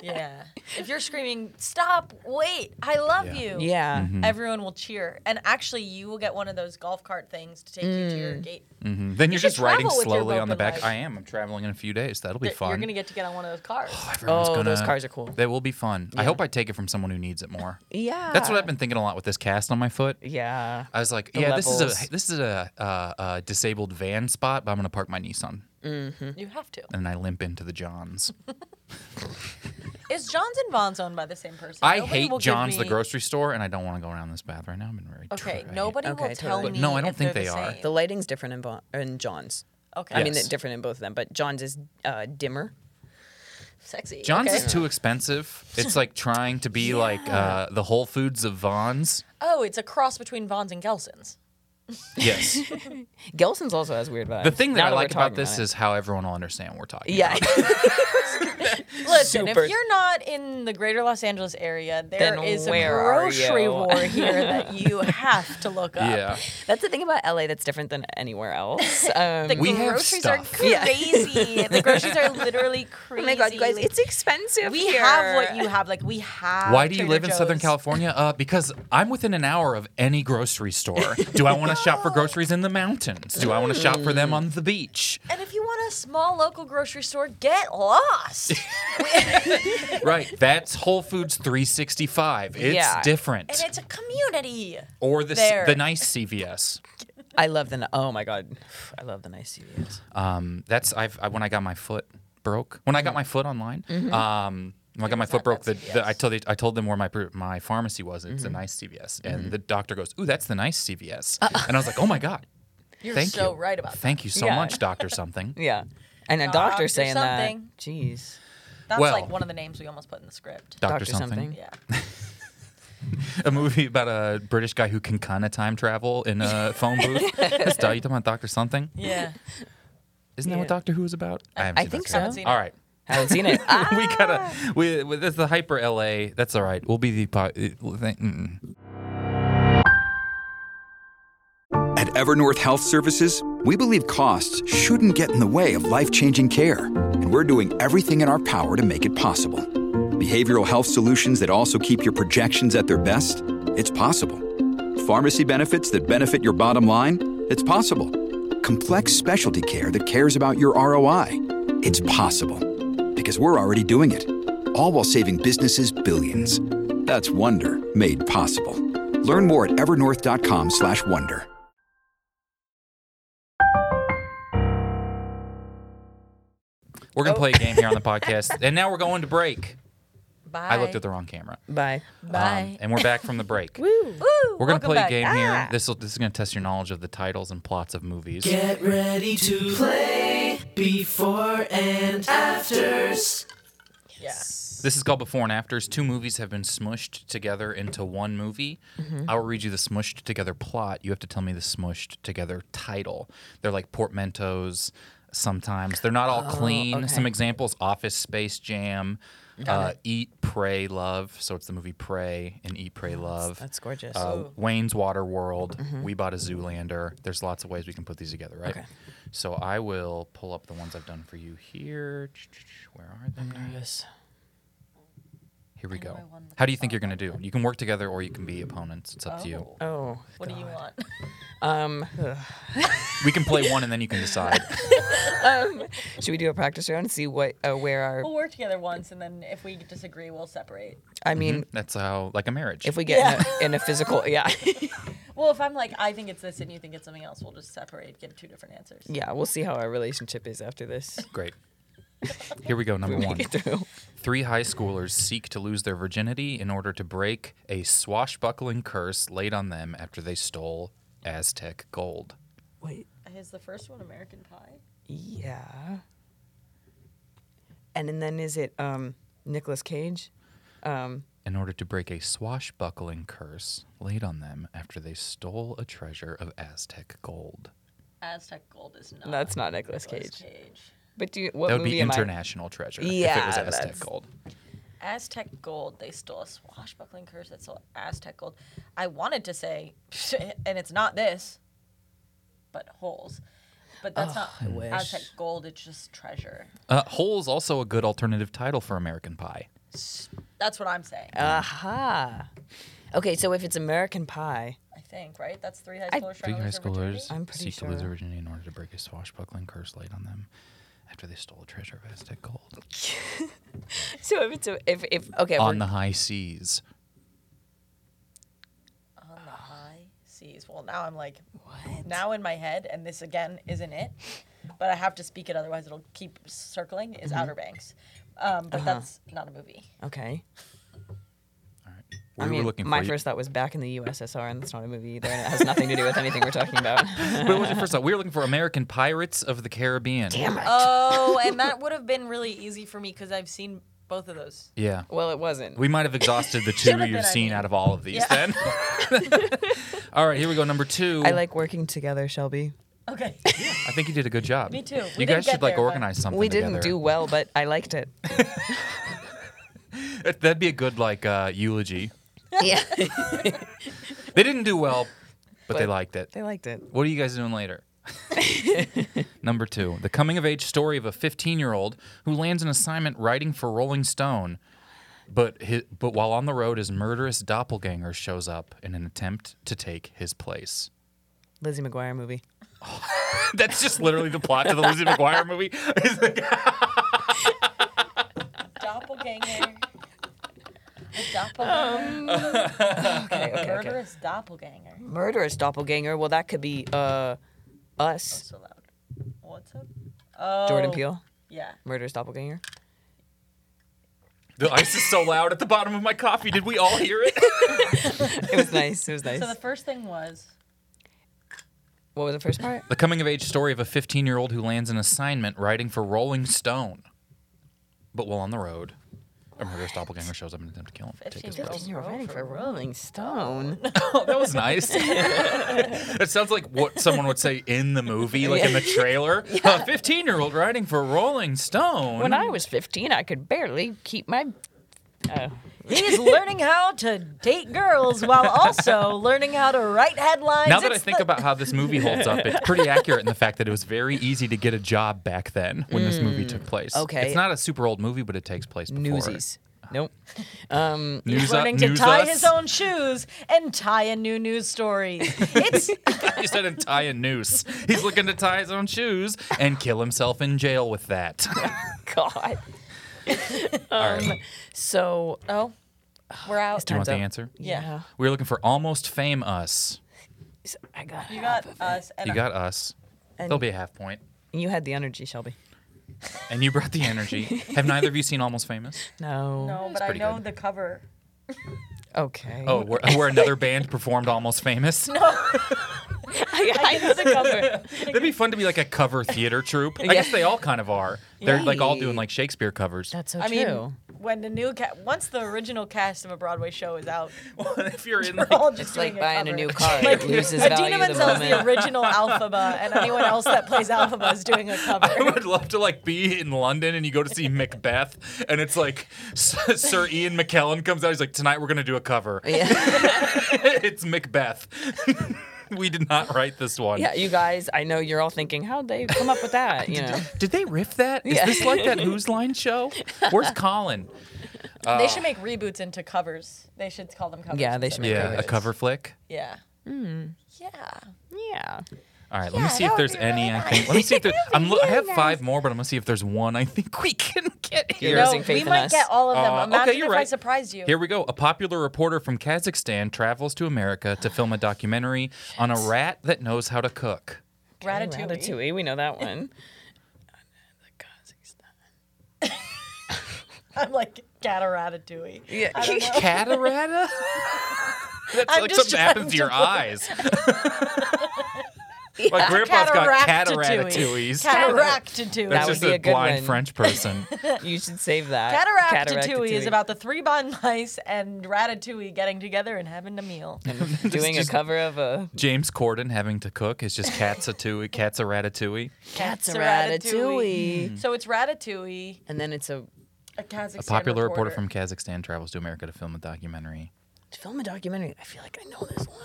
Yeah. If you're screaming, stop, wait, I love you.
Yeah.
Mm-hmm.
Everyone will cheer. And actually, you will get one of those golf cart things to take you to your
Mm.
gate.
Mhm. Then you're
should
just riding
travel with your
slowly
rope
on the
and
back.
light.
I am. I'm traveling in a few days. That'll be
That
fun.
You're going to get to get on one of those cars.
Everyone's
Oh, those
gonna-
cars are cool.
They will be fun. I hope I take it from someone who needs it more.
Yeah.
That's what I've been thinking a lot with this cast on my foot.
Yeah.
I was like,
The
yeah, this is
levels.
a this is a uh, uh, disabled van spot, but I'm gonna park my Nissan,
You have to.
and I limp into the Johns.
Is John's and Vaughn's owned by the same person?
I
Nobody will
hate
give
Johns, the
me-
grocery store, and I don't want to go around this path right now. I've been very
Okay,
tri- I hate-
nobody
Okay,
will tell
totally.
me.
No, I don't
if
think
they're
they
the
are.
same.
The lighting's different in, Bon- in John's.
Okay.
I mean,
Yes.
it's different in both of them, but John's is uh, dimmer.
Sexy.
Johns
okay.
is too expensive. It's like trying to be like uh, the Whole Foods of Vaughn's.
Oh, it's a cross between Vaughn's and Gelson's.
Yes.
Gelson's also has weird vibes.
The thing that
Now
I like
we're
about
talking
this
it.
is how everyone will understand what we're talking
yeah,
Listen,
Super.
if you're not in the greater Los Angeles area, there
Then
is
where
a
are
grocery
you?
war here that you have to look up.
Yeah.
that's the thing about LA that's different than anywhere else. Um,
The
We have
groceries are
stuff.
Yeah.
crazy. the groceries are literally crazy.
Oh my god, guys,
Like,
it's expensive.
we
here.
have what you have. Like we have.
Why do you
Trader
live in Southern
Joe's.
California? Uh, because I'm within an hour of any grocery store. Do I want to shop for groceries in the mountains? Do I want to shop for them on the beach?
And if you want a small local grocery store, get lost.
Right. That's Whole Foods 365. It's
Yeah.
different.
and it's a community.
or the,
there.
the nice CVS.
I love the. Oh my god, I love the nice CVS.
Um, that's I've I, when I got my foot broke. When I got my foot online,
Mm-hmm.
um, when I got my foot broke, the, the, I told the, I told them where my pr- my pharmacy was. It's
Mm-hmm.
a nice CVS, and the doctor goes, "Ooh, that's the nice CVS," and I was like, "Oh my god."
Uh-uh. You're
Thank
so
you.
right about
Thank you so
Yeah.
much, Doctor Something.
Yeah, and a doctor,
Doctor
saying
something.
that. Jeez,
that. That's
Well-
like one of the names we almost put in the script.
Doctor something.
Yeah.
A movie about a British guy who can kind of time travel in a phone booth. That's Doc- you talking about Doctor Something?
Yeah.
Isn't that what Doctor Who is about? I, haven't
I
seen
think
Doctor
so.
All right.
haven't seen it. Ah!
we gotta. We, we that's the hyper LA. That's all right. We'll be the. Po- uh, thank- mm-mm.
At Evernorth Health Services, we believe costs shouldn't get in the way of life changing care, and we're doing everything in our power to make it possible. Behavioral health solutions that also keep your projections at their best? It's possible. Pharmacy benefits that benefit your bottom line? It's possible. Complex specialty care that cares about your ROI? It's possible. Because we're already doing it, all while saving businesses billions. That's Wonder made possible. Learn more at evernorth.com/wonder. slash wonder.
We're gonna play a game here on the podcast, and now we're going to break.
Bye.
I looked at the wrong camera. Um,
Bye.
Bye.
and we're back from the break.
Woo. Ah.
We're gonna
Welcome
play
back.
a game here. This will this is gonna test your knowledge of the titles and plots of movies.
Get ready to play before and afters.
This is called Before and Afters. Two movies have been smushed together into one movie.
Mm-hmm.
I will read you the smushed together plot. You have to tell me the smushed together title. They're like portmanteaus sometimes. They're not all
Oh,
clean. Some examples Office Space Jam, uh, Eat, Pray, Love. So it's the movie Pray and Eat, Pray, Love.
That's gorgeous.
Uh, Wayne's Water World.
Mm-hmm.
We bought a Zoolander. There's lots of ways we can put these together, right? So I will pull up the ones I've done for you here. Where are they?
Yes.
Here we go. How do you think you're going to do? You can work together or you can be opponents. It's up to you.
Oh,
What do you want?
um,
We can play one and then you can decide.
should we do a practice round and see what uh, where our?
We'll work together once, and then if we disagree, we'll separate.
I
Mm-hmm.
mean,
That's how, like a marriage.
if we get in, a, in a physical, yeah,
Well, if I'm like, I think it's this, and you think it's something else, we'll just separate, give two different answers.
yeah, we'll see how our relationship is after this.
Great. Here we go. Number one.
Make it through.
Three high schoolers seek to lose their virginity in order to break a swashbuckling curse laid on them after they stole Aztec gold.
Wait,
Is the first one American Pie?
yeah. And, and then is it um Nicolas Cage? Um,
In order to break a swashbuckling curse laid on them after they stole a treasure of Aztec gold.
Aztec Gold is not.
that's not Nicolas
Nicolas
Cage.
Cage.
But do you, what
that would
movie
be
am I-
international treasure if it was
Yeah,
Aztec
that's-
gold.
Aztec Gold. They stole a swashbuckling curse that stole Aztec Gold. I wanted to say, and it's not this, but holes. But that's not Aztec Gold. It's just treasure.
Uh, Hole is also a good alternative title for American Pie.
That's what I'm saying.
Uh,
Aha. Okay, so if it's American Pie,
I think right. That's three high schoolers.
Three
trying to
high
lose their virginity?
schoolers
I'm pretty
seek to lose
sure.
their virginity in order to break a swashbuckling curse laid on them after they stole a treasure of Aztec gold
so if it's a, if if okay, if
on
we're-
the high seas.
I sees. Well, now I'm like, Now in my head, and this again isn't it, but I have to speak it, otherwise it'll keep circling. Is
Mm-hmm.
Outer Banks, um,
Uh-huh.
but that's not a movie.
okay.
We
I mean,
were looking
my
for you-
first thought was back in the USSR, and that's not a movie either, and it has nothing to do with anything we're talking about.
What was your first thought? We were looking for American Pirates of the Caribbean. Damn it.
Oh, and that would have been really easy for me because I've seen Both of those.
Yeah.
Well, it wasn't.
We might have exhausted the two
Should've
you've
been, I
seen
mean.
out of all of these
Yeah.
then. all right, here we go. Number two.
I like working together, Shelby.
Okay.
I think you did a good job.
Me too. We
you
didn't
guys should
get
like
there, but-
organize something.
we didn't
together.
do well, but I liked it.
That- That'd be a good like uh, eulogy.
Yeah.
They didn't do well, but, they liked it.
They liked it.
What are you guys doing later? Number two, the coming of age story of a 15 year old who lands an assignment writing for Rolling Stone, but hi but while on the road, his murderous doppelganger shows up in an attempt to take his place.
Lizzie McGuire movie.
That's just literally the plot to the Lizzie McGuire movie. It's like-
Doppelganger. A Um. doppelganger.
okay, okay.
Murderous doppelganger.
Murderous doppelganger. Well, that could be uh, us.
What's up? Oh,
Jordan Peele.
Yeah.
Murderous doppelganger.
the ice is so loud at the bottom of my coffee. Did we all hear it?
It was nice. It was nice.
So the first thing was
what was the first part?
The coming of age story of a 15 year old who lands an assignment writing for Rolling Stone. But while on the road, a murderous doppelganger shows up and attempts to kill him. Take his place.
You're writing for Rolling Stone.
Oh, that was nice. that sounds like what someone would say in the movie, like in the trailer. A 15 year old writing for Rolling Stone.
When I was 15, I could barely keep my. Oh.
he's learning how to date girls while also learning how to write headlines.
now that I
It's
think
the-
about how this movie holds up, it's pretty accurate in the fact that it was very easy to get a job back then when this movie
Mm.
took place.
okay.
It's not a super old movie, but it takes place before. it.
Newsies. Nope. Um,
News
learning
up,
to
news
tie
us.
his own shoes and tie a new news story. It's
he said and tie a noose. He's looking to tie his own shoes and kill himself in jail with that.
God. Um,
All right.
So.
oh, we're out.
Do you
time's
want the
up.
answer?
Yeah.
We were looking for almost fame us.
I got
You
it.
got us and
You got us.
And-
There'll be a half point.
You had the energy, Shelby.
And you brought the energy. Have neither of you seen Almost Famous?
No.
no, but I
pretty
know
good.
the cover.
Okay.
Oh, where, where another band performed Almost Famous?
I know the cover.
That'd be fun to be like a cover theater troupe. I guess they all kind of are. They're like all doing like Shakespeare covers.
That's so
I
true.
mean, when the new ca- once the original cast of a Broadway show is out,
if you're in
we're
like,
all just
it's like
doing
buying
cover.
a new car.
Like,
it loses value
Adina
the
Menzel is the
moment.
original Alphaba, and anyone else that plays Alphaba is doing a
I
cover.
would love to like be in London and you go to see Macbeth and it's like S- Sir Ian McKellen comes out. He's like, tonight we're gonna do a cover. it's Macbeth. we did not write this one.
Yeah, you guys, I know you're all thinking, how'd they come up with that? You know.
Did they riff that? Is
Yeah.
this like that Who's Line show? Where's Colin?
they should make reboots into covers. They should call them covers.
Oh. Yeah, they should Hmm. make
Yeah, a
covers.
cover flick.
Yeah. Yeah.
Yeah.
All right, let me see if there's any. I think. Let me see if there. I'm. lo- I have five more, but I'm gonna see if there's one I think we can get here.
You're
No,
losing faith
we
in
might
us.
get all of them.
Uh,
Imagine
okay, you're
if I
right.
surprised you.
Here we go. A popular reporter from Kazakhstan travels to America to film a documentary on a rat that knows how to cook.
Ratatouille.
Ratatouille, we know that one.
I'm like cat or ratatouille. Yeah. I don't know.
Catarata? That's
I'm
like
just
something
trying
happens to your
to-
eyes. My grandpa's got cataractatouilles.
Cataractatouille.
That would
That's just
be
a,
a good
blind
one.
French person.
You should save that.
Cataractatouille is about the three bond mice and Ratatouille getting together and having a meal.
Cataractatouille. doing a cover of a
James Corden having to cook is just cats a tui, cats a ratatouille.
Cats
a
a
ratatouille.
So it's Ratatouille,
and then it's a
a Kazakhstan
A popular reporter from Kazakhstan travels to America to film a documentary.
film a documentary. I feel like I know this one.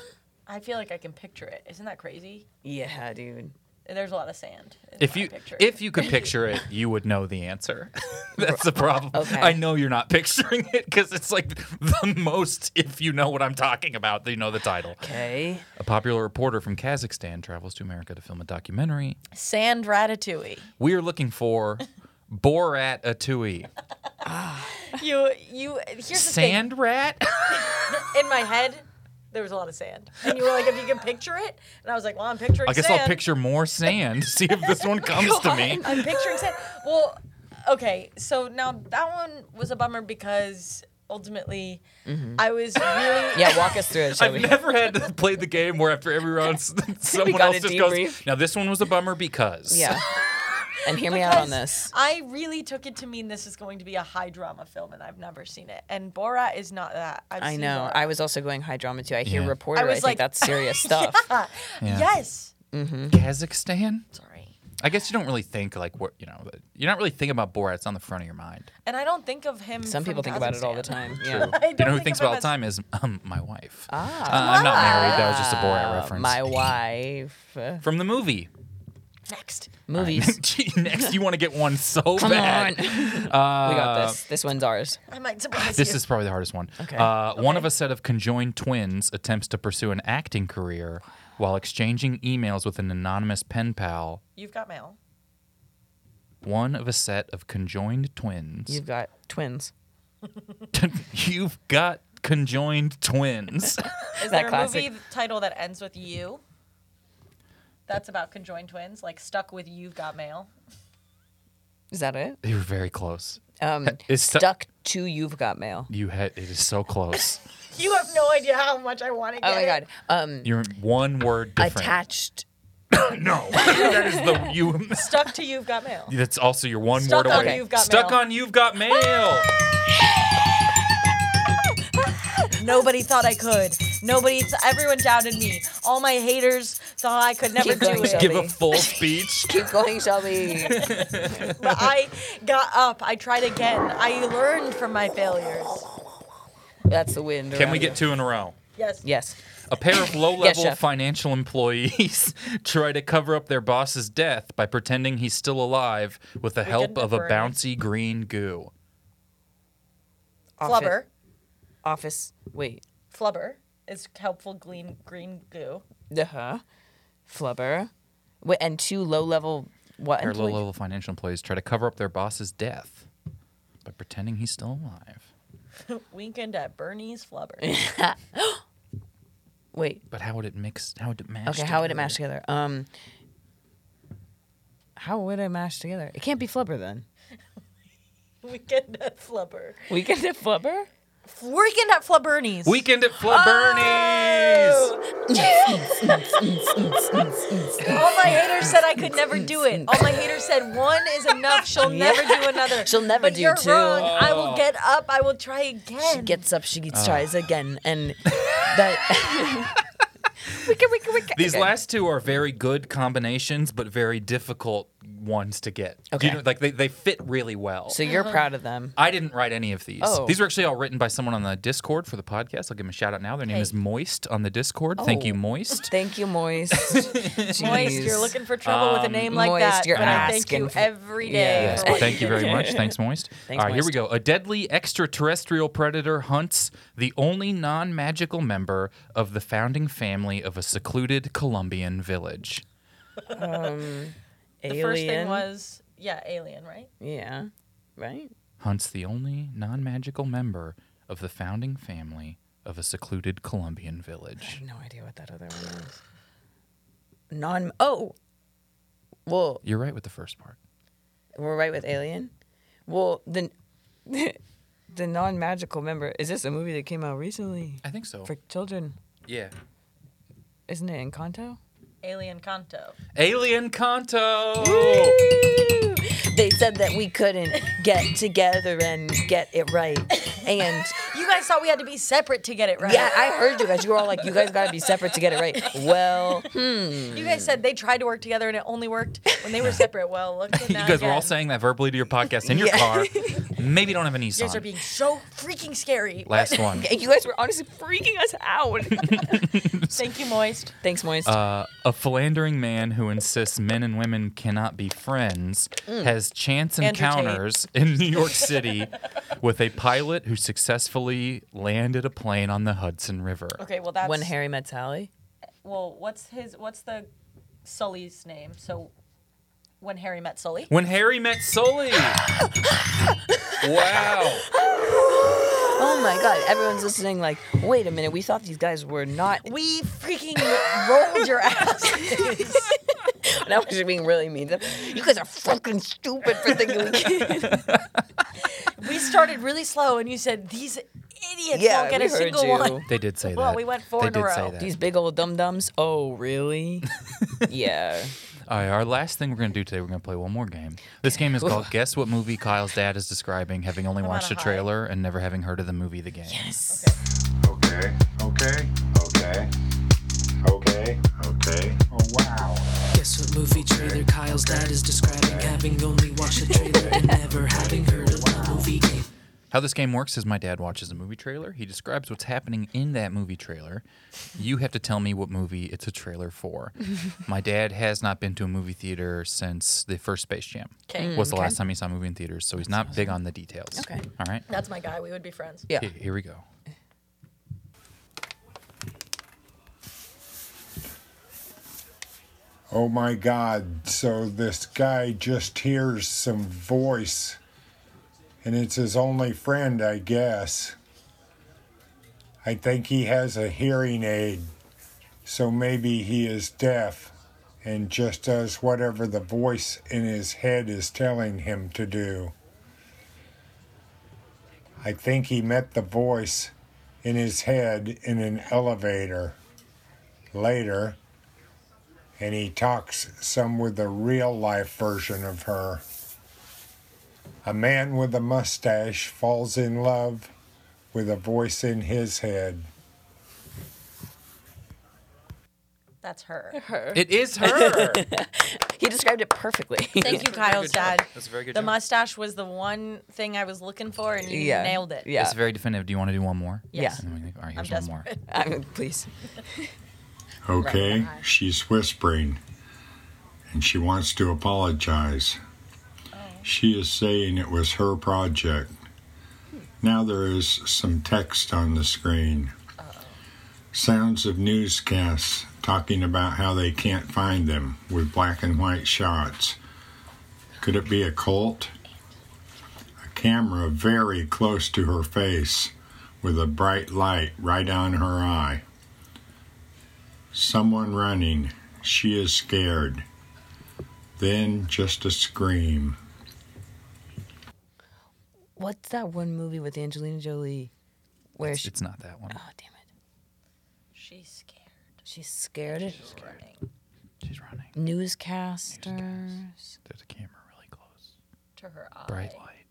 I feel like I can picture it. Isn't that crazy?
Yeah, dude.
There's a lot of sand. is
If
what I
you
picture.
if you could picture it, you would know the answer. That's the problem.
Okay.
I know you're not picturing it because it's like the most. If you know what I'm talking about, you know the title.
Okay.
A popular reporter from Kazakhstan travels to America to film a documentary.
sand Ratatouille.
We are looking for Borat Atui.
You you here's the thing.
Sand rat?
in my head, there was a lot of sand. And you were like, if you can picture it, and I was like, well, I'm picturing.
I guess
sand.
I'll picture more sand. See if this one comes to me.
I'm picturing sand. Well, okay. So now that one was a bummer because ultimately,
Mm-hmm.
I was really
Yeah, walk us through it,
I've
Shelby.
never had to play the game where after every round s- someone
got
else
a
just
debrief.
goes, now this one was a bummer because.
yeah. And hear me out on
Because
this.
I really took it to mean this is going to be a high drama film, and I've never seen it. And Borat is not that. I've
I
seen
know.
Borat.
I was also going high drama too. I hear
Yeah.
reporter.
I
I,
was
think
like,
that's serious stuff.
Yeah.
Yeah.
Yes.
hmm
Kazakhstan?
Sorry.
I guess you don't really think like what you know. You're not really thinking about Borat. It's on the front of your mind.
And I don't think of him.
Some
from
people think about it all the
Kazakhstan.
time.
True.
Yeah.
I
You
don't
know who
think
thinks
of him
about it all the
as-
time is um, my wife.
Ah.
Uh, I'm not married. That was just a Borat
Ah,
reference.
My wife. uh,
From the movie.
Next.
Movies.
Gee, Next, you want to get one so
Come on.
bad. Uh, we
we got this. This one's ours.
I might surprise
This
you.
is probably the hardest one. Uh, One of a set of conjoined twins attempts to pursue an acting career while exchanging emails with an anonymous pen pal.
You've got mail.
One of a set of conjoined twins.
You've got twins.
You've got conjoined twins.
Is
That
there a
classic.
movie title that ends with you? That's about conjoined twins, like stuck with you've got mail.
Is that it?
you were very close.
Um,
It's stu-
stuck to you've got mail.
You had it is so close.
You have no idea how much I want to get.
Oh my
it.
god. Um,
You're one word different.
attached.
no, that is the you.
Stuck to you've got mail.
That's also your one
Stuck
word
on
away.
You've Got
Stuck
Mail.
on you've got mail.
Ah!
Nobody thought I could. Nobody, everyone doubted me. All my haters thought I could never
Keep
do
going,
it.
Give a full speech.
Keep going, Shelby.
But I got up. I tried again. I learned from my failures.
That's the wind.
Can we
around
get
you.
two in a row?
Yes.
Yes.
A pair of low level
Chef.
financial employees try to cover up their boss's death by pretending he's still alive with the help of a
Burns.
bouncy green goo.
Office-
Flubber.
Office. Wait.
Flubber is helpful green, green goo.
Uh huh. Flubber. Wait, and two low level what?
A pair of low
employees?
level financial employees try to cover up their boss's death by pretending he's still alive.
Weekend at Bernie's Flubber.
Wait.
But how would it mix? How would it mash?
Okay. How would it mash together? Um. How would it mash together? It can't be flubber then.
Weekend at Flubber.
Weekend at flubber.
Weekend at Flubbernies.
Weekend at
Oh!
Flubbernies.
Oh! All my haters said I could never do it. All my haters said one is enough. She'll never do another.
She'll never
but
do
you're
two. Oh.
wrong. I will get up. I will try again.
She gets up. She tries again, and that. wicka, wicka, wicka.
These
Okay.
last two are very good combinations, but very difficult ones to get. Do you
Okay.
know, like they, they fit really well.
So you're proud of them.
I didn't write any of these.
Oh.
These were actually all written by someone on the Discord for the podcast. I'll give them a shout out now. Their name is Moist on the Discord. Thank you,
Oh.
Moist.
Thank you, Moist.
Moist,
Jeez.
you're looking for trouble with a name like
Um, Moist,
that.
you're
but I thank
asking
you
for-
every day.
Yes,
for
Well,
what
thank you very
did.
much. Thanks, Moist.
Thanks,
All right, here we
Moist.
go. A deadly extraterrestrial predator hunts the only non magical member of the founding family of a secluded Colombian village.
The first thing was, yeah, alien, right?
Yeah. Right?
Hunts the only non magical member of the founding family of a secluded Colombian village.
No idea what that other one was. Non. Oh! Well,
You're right with the first part.
we're right with Alien. Well, the, the non magical member. Is this a movie that came out recently?
I think so.
For children.
Yeah.
Isn't it Encanto?
Alien Kanto.
Alien Kanto.
They said that we couldn't get together and get it right. And
You guys thought we had to be separate to get it right.
yeah, I heard you guys. You were all like, you guys gotta be separate to get it right. Well,
You guys said they tried to work together and it only worked when they were separate. Well, look at
You
that
guys were all
again.
saying that verbally to your podcast in your car. Maybe don't have a Nissan.
You guys are being so freaking scary.
Last one.
you guys were honestly freaking us out.
Thank you, Moist.
Thanks, Moist.
Uh, a philandering man who insists men and women cannot be friends has chance
Mm. Andrew Tate.
encounters in New York City with a pilot who successfully landed a plane on the Hudson River.
Okay, well that's
when Harry met Sally.
well. What's his? What's the Sully's name? So when Harry met Sully.
When Harry met Sully. wow.
Oh my God! Everyone's listening. Like, wait a minute. We thought these guys were not.
We freaking rolled your asses.
Now we're just being really mean. to them. You guys are fucking stupid for thinking we can.
we started really slow, and you said these idiots
Yeah,
won't get
we
a
heard
single
you.
one.
They did say
Well,
that.
we went four
they
in a
did
row.
Say that.
These big old dum dums. Oh, really? yeah.
All right, our last thing we're going to do today, we're going to play one more game. This game is called Guess What Movie Kyle's Dad is Describing, having only watched the trailer and never having heard of the movie The Game. Yes.
Okay, okay, okay, okay, okay. Oh, wow.
Guess what movie trailer Kyle's dad is describing, having only watched the trailer and never having heard of the movie game.
How this game works is my dad watches a movie trailer. He describes what's happening in that movie trailer. You have to tell me what movie it's a trailer for. my dad has not been to a movie theater since the first Space Jam.
'Kay.
Was the
Mm, 'kay.
last time he saw a movie in theaters, so he's not big on the details.
Okay.
All right.
That's my guy. We would be friends.
He- Here, we go.
Oh my god, so this guy just hears some voice, and it's his only friend, I guess. I think he has a hearing aid, so maybe he is deaf and just does whatever the voice in his head is telling him to do. I think he met the voice in his head in an elevator. Later, and he talks some with the real life version of her. A man with a mustache falls in love with a voice in his head.
That's her.
Her.
It is her.
he described it perfectly.
Thank you, Kyle's dad.
That's a very good
The
job.
mustache was the one thing I was looking for, and you
Yeah.
nailed it.
It's very definitive. Do you want to do one more?
Yes.
And then we can- All right,
I'm
here's one more.
desperate.
I'm, please.
Okay, she's whispering and she wants to apologize. She is saying it was her project. Now there is some text on the screen. Sounds of newscasts talking about how they can't find them with black and white shots. Could it be a cult? A camera very close to her face with a bright light right on her eye. Someone running. She is scared. Then just a scream.
What's that one movie with Angelina Jolie? Where
It's-
she,
it's not that one.
Oh damn it! She's scared. She's scared. She's scared.
She's running.
Newscasters.
There's a camera really close.
To her eye.
Bright light.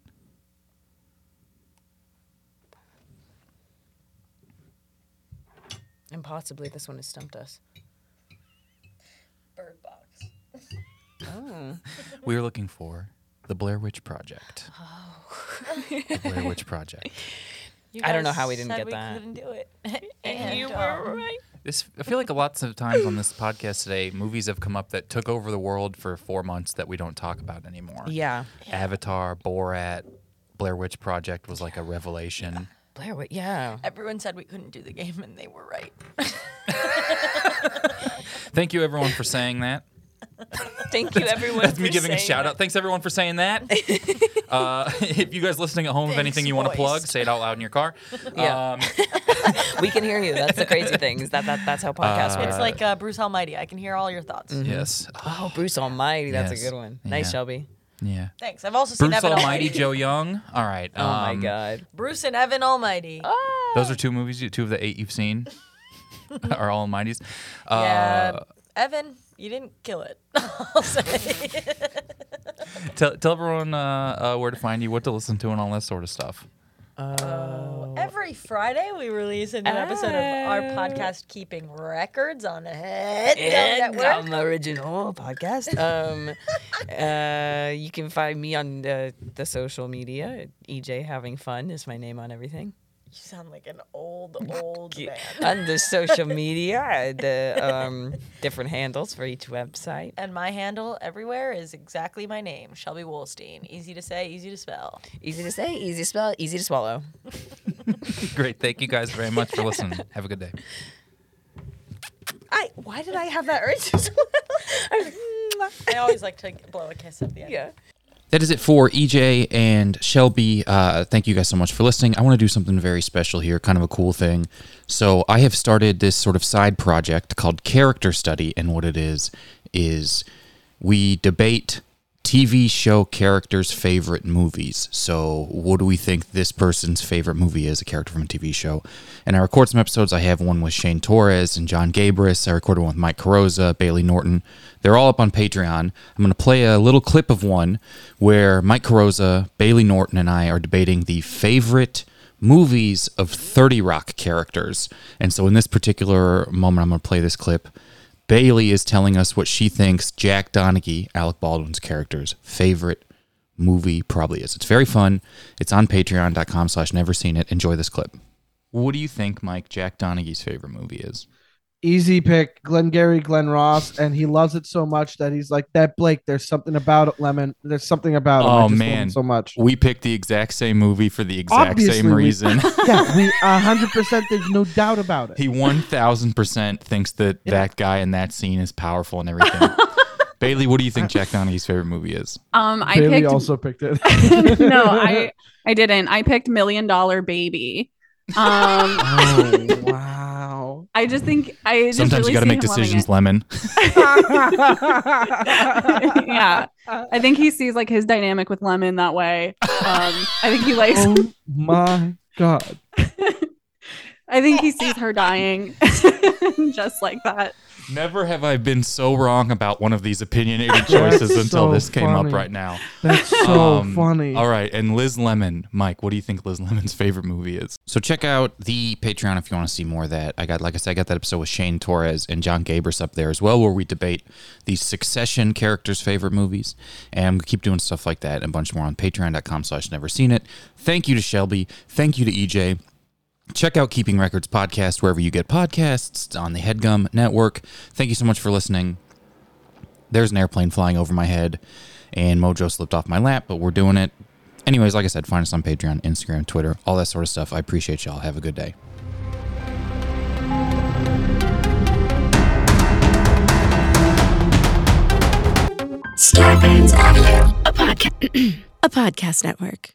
And possibly this one has stumped us.
Bird box.
Oh.
We were looking for the Blair Witch Project.
Oh.
The Blair Witch Project.
You
I don't know
guys
how we didn't
said
get
we
that.
couldn't do it. and,
you were
um,
right.
This I feel like lots of times on this podcast today, movies have come up that took over the world for four months that we don't talk about anymore.
Yeah.
Avatar, Borat, Blair Witch Project was like a revelation.
Blair, what? Yeah.
Everyone said we couldn't do the game, and they were right.
Thank you everyone for saying that.
Thank you, everyone.
That's me
for
giving a
saying
shout out. Thanks everyone for saying that. uh, if you guys listening at home, if anything you want to plug, say it out loud in your car.
Yeah.
Um,
that. we can hear you. That's the crazy thing. Is that, that that's how podcasts work.
it's like uh, Bruce Almighty. I can hear all your thoughts.
Yes.
Oh, Bruce Almighty. That's
Yes.
a good one. Nice,
Yeah.
Shelby.
yeah.
Thanks. I've also seen
Bruce
Evan
Almighty,
Almighty.
Joe Young. All right.
Oh my
um,
God.
Bruce and Evan Almighty.
Those are two movies, you- two of the eight you've seen, are all Uh, Almighty's.
yeah. Evan, you didn't kill it. I'll say.
Tell, tell everyone uh, uh, where to find you, what to listen to, and all that sort of stuff.
Every Friday, we release a new episode of our podcast, Keeping Records on Head
And
Network.
I'm original podcast. Um, uh, you can find me on uh, the social media. EJ having fun is my name on everything.
You sound like an old, old man.
on the social media, the um, different handles for each website.
And my handle everywhere is exactly my name, Shelby Wolstein. Easy to say, easy to spell.
Easy to say, easy to spell, easy to swallow.
Great. Thank you guys very much for listening. Have a good day.
I. Why did I have that urge? as well?
I always like to blow a kiss at the end.
yeah.
That is it for
E
EJ and Shelby. Uh, thank you guys so much for listening. I want to do something very special here, kind of a cool thing. So, I have started this sort of side project called Character Study, and what it is is we debate
TV show characters' favorite movies. So, what do we think this person's favorite movie is? A character from a TV show. And I record some episodes. I have one with Shane Torres and John Gabris. I recorded one with Mike Carosa, Bailey Norton. They're all up on Patreon. I'm going to play a little clip of one where Mike Carosa, Bailey Norton, and I are debating the favorite movies of 30 Rock characters. And so, in this particular moment, I'm going to play this clip. Bailey is telling us what she thinks Jack Donaghy, Alec Baldwin's character's favorite movie probably is. It's very fun. It's on patreon.com slash never seen it. Enjoy this clip. What do you think, Mike, Jack Donaghy's favorite movie is?
Easy pick, Glengarry Glen Ross, and he loves it so much that he's like, "That Blake, there's something about it, Lemon. There's something about it. I
Oh,
just love it
man.
so much."
We picked the exact same movie for the exact same
we-
reason.
yeah, we hundred percent. There's no doubt about it.
he 1000% thinks that that guy in that scene is powerful and everything. Bailey, what do you think Jack Donaghy's favorite movie is?
Um, I
Bailey
picked.
also picked it.
no, I I didn't. I picked Million Dollar Baby. Um,
Oh, wow.
I just think I just
Sometimes
really
you got to
see
make
him loving
decisions,
it.
Lemon.
yeah, I think he sees like his dynamic with Lemon that way. Um, I think he likes.
Oh my god.
I think he sees her dying, just like that.
Never have I been so wrong about one of these opinionated choices
That's
until
so
this came
funny.
up right now. Um,
That's so funny.
All right, and Liz Lemon, Mike, what do you think Liz Lemon's favorite movie is? So check out the Patreon if you want to see more of that. I got, like I said, I got that episode with Shane Torres and John Gabris up there as well, where we debate the Succession characters' favorite movies, and I'm gonna keep doing stuff like that and a bunch more on Patreon.com/slash Never Seen It. Thank you to Shelby. Thank you to E EJ. Check out Keeping Records podcast wherever you get podcasts It's on the Headgum Network. Thank you so much for listening. There's an airplane flying over my head, and Mojo slipped off my lap, but we're doing it. Anyways, like I said, find us on Patreon, Instagram, Twitter, all that sort of stuff. I appreciate y'all. Have a good day.
Scarpins Audio, a podcast, a podcast network.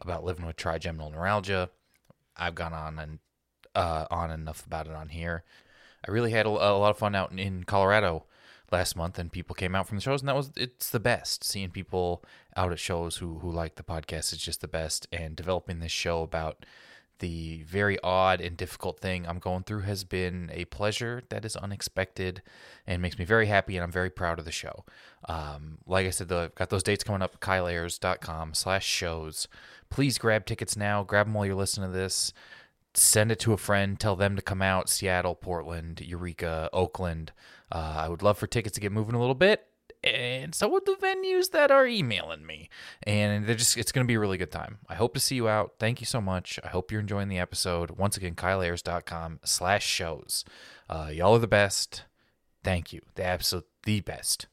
about living with trigeminal neuralgia. I've gone on and uh, on enough about it on here. I really had a, a lot of fun out in, in Colorado last month, and people came out from the shows, and that was it's the best. Seeing people out at shows who who like the podcast is just the best, and developing this show about the very odd and difficult thing I'm going through has been a pleasure that is unexpected and makes me very happy, and I'm very proud of the show. Um, like I said, though, I've got those dates coming up, kyleayers.com slash shows. Please grab tickets now. Grab them while you're listening to this. Send it to a friend. Tell them to come out. Seattle, Portland, Eureka, Oakland. Uh, I would love for tickets to get moving a little bit. And so would the venues that are emailing me. And they're just it's gonna be a really good time. I hope to see you out. Thank you so much. I hope you're enjoying the episode. Once again, kyleayers.com slash shows. Uh, y'all are the best. Thank you. The absolute the best.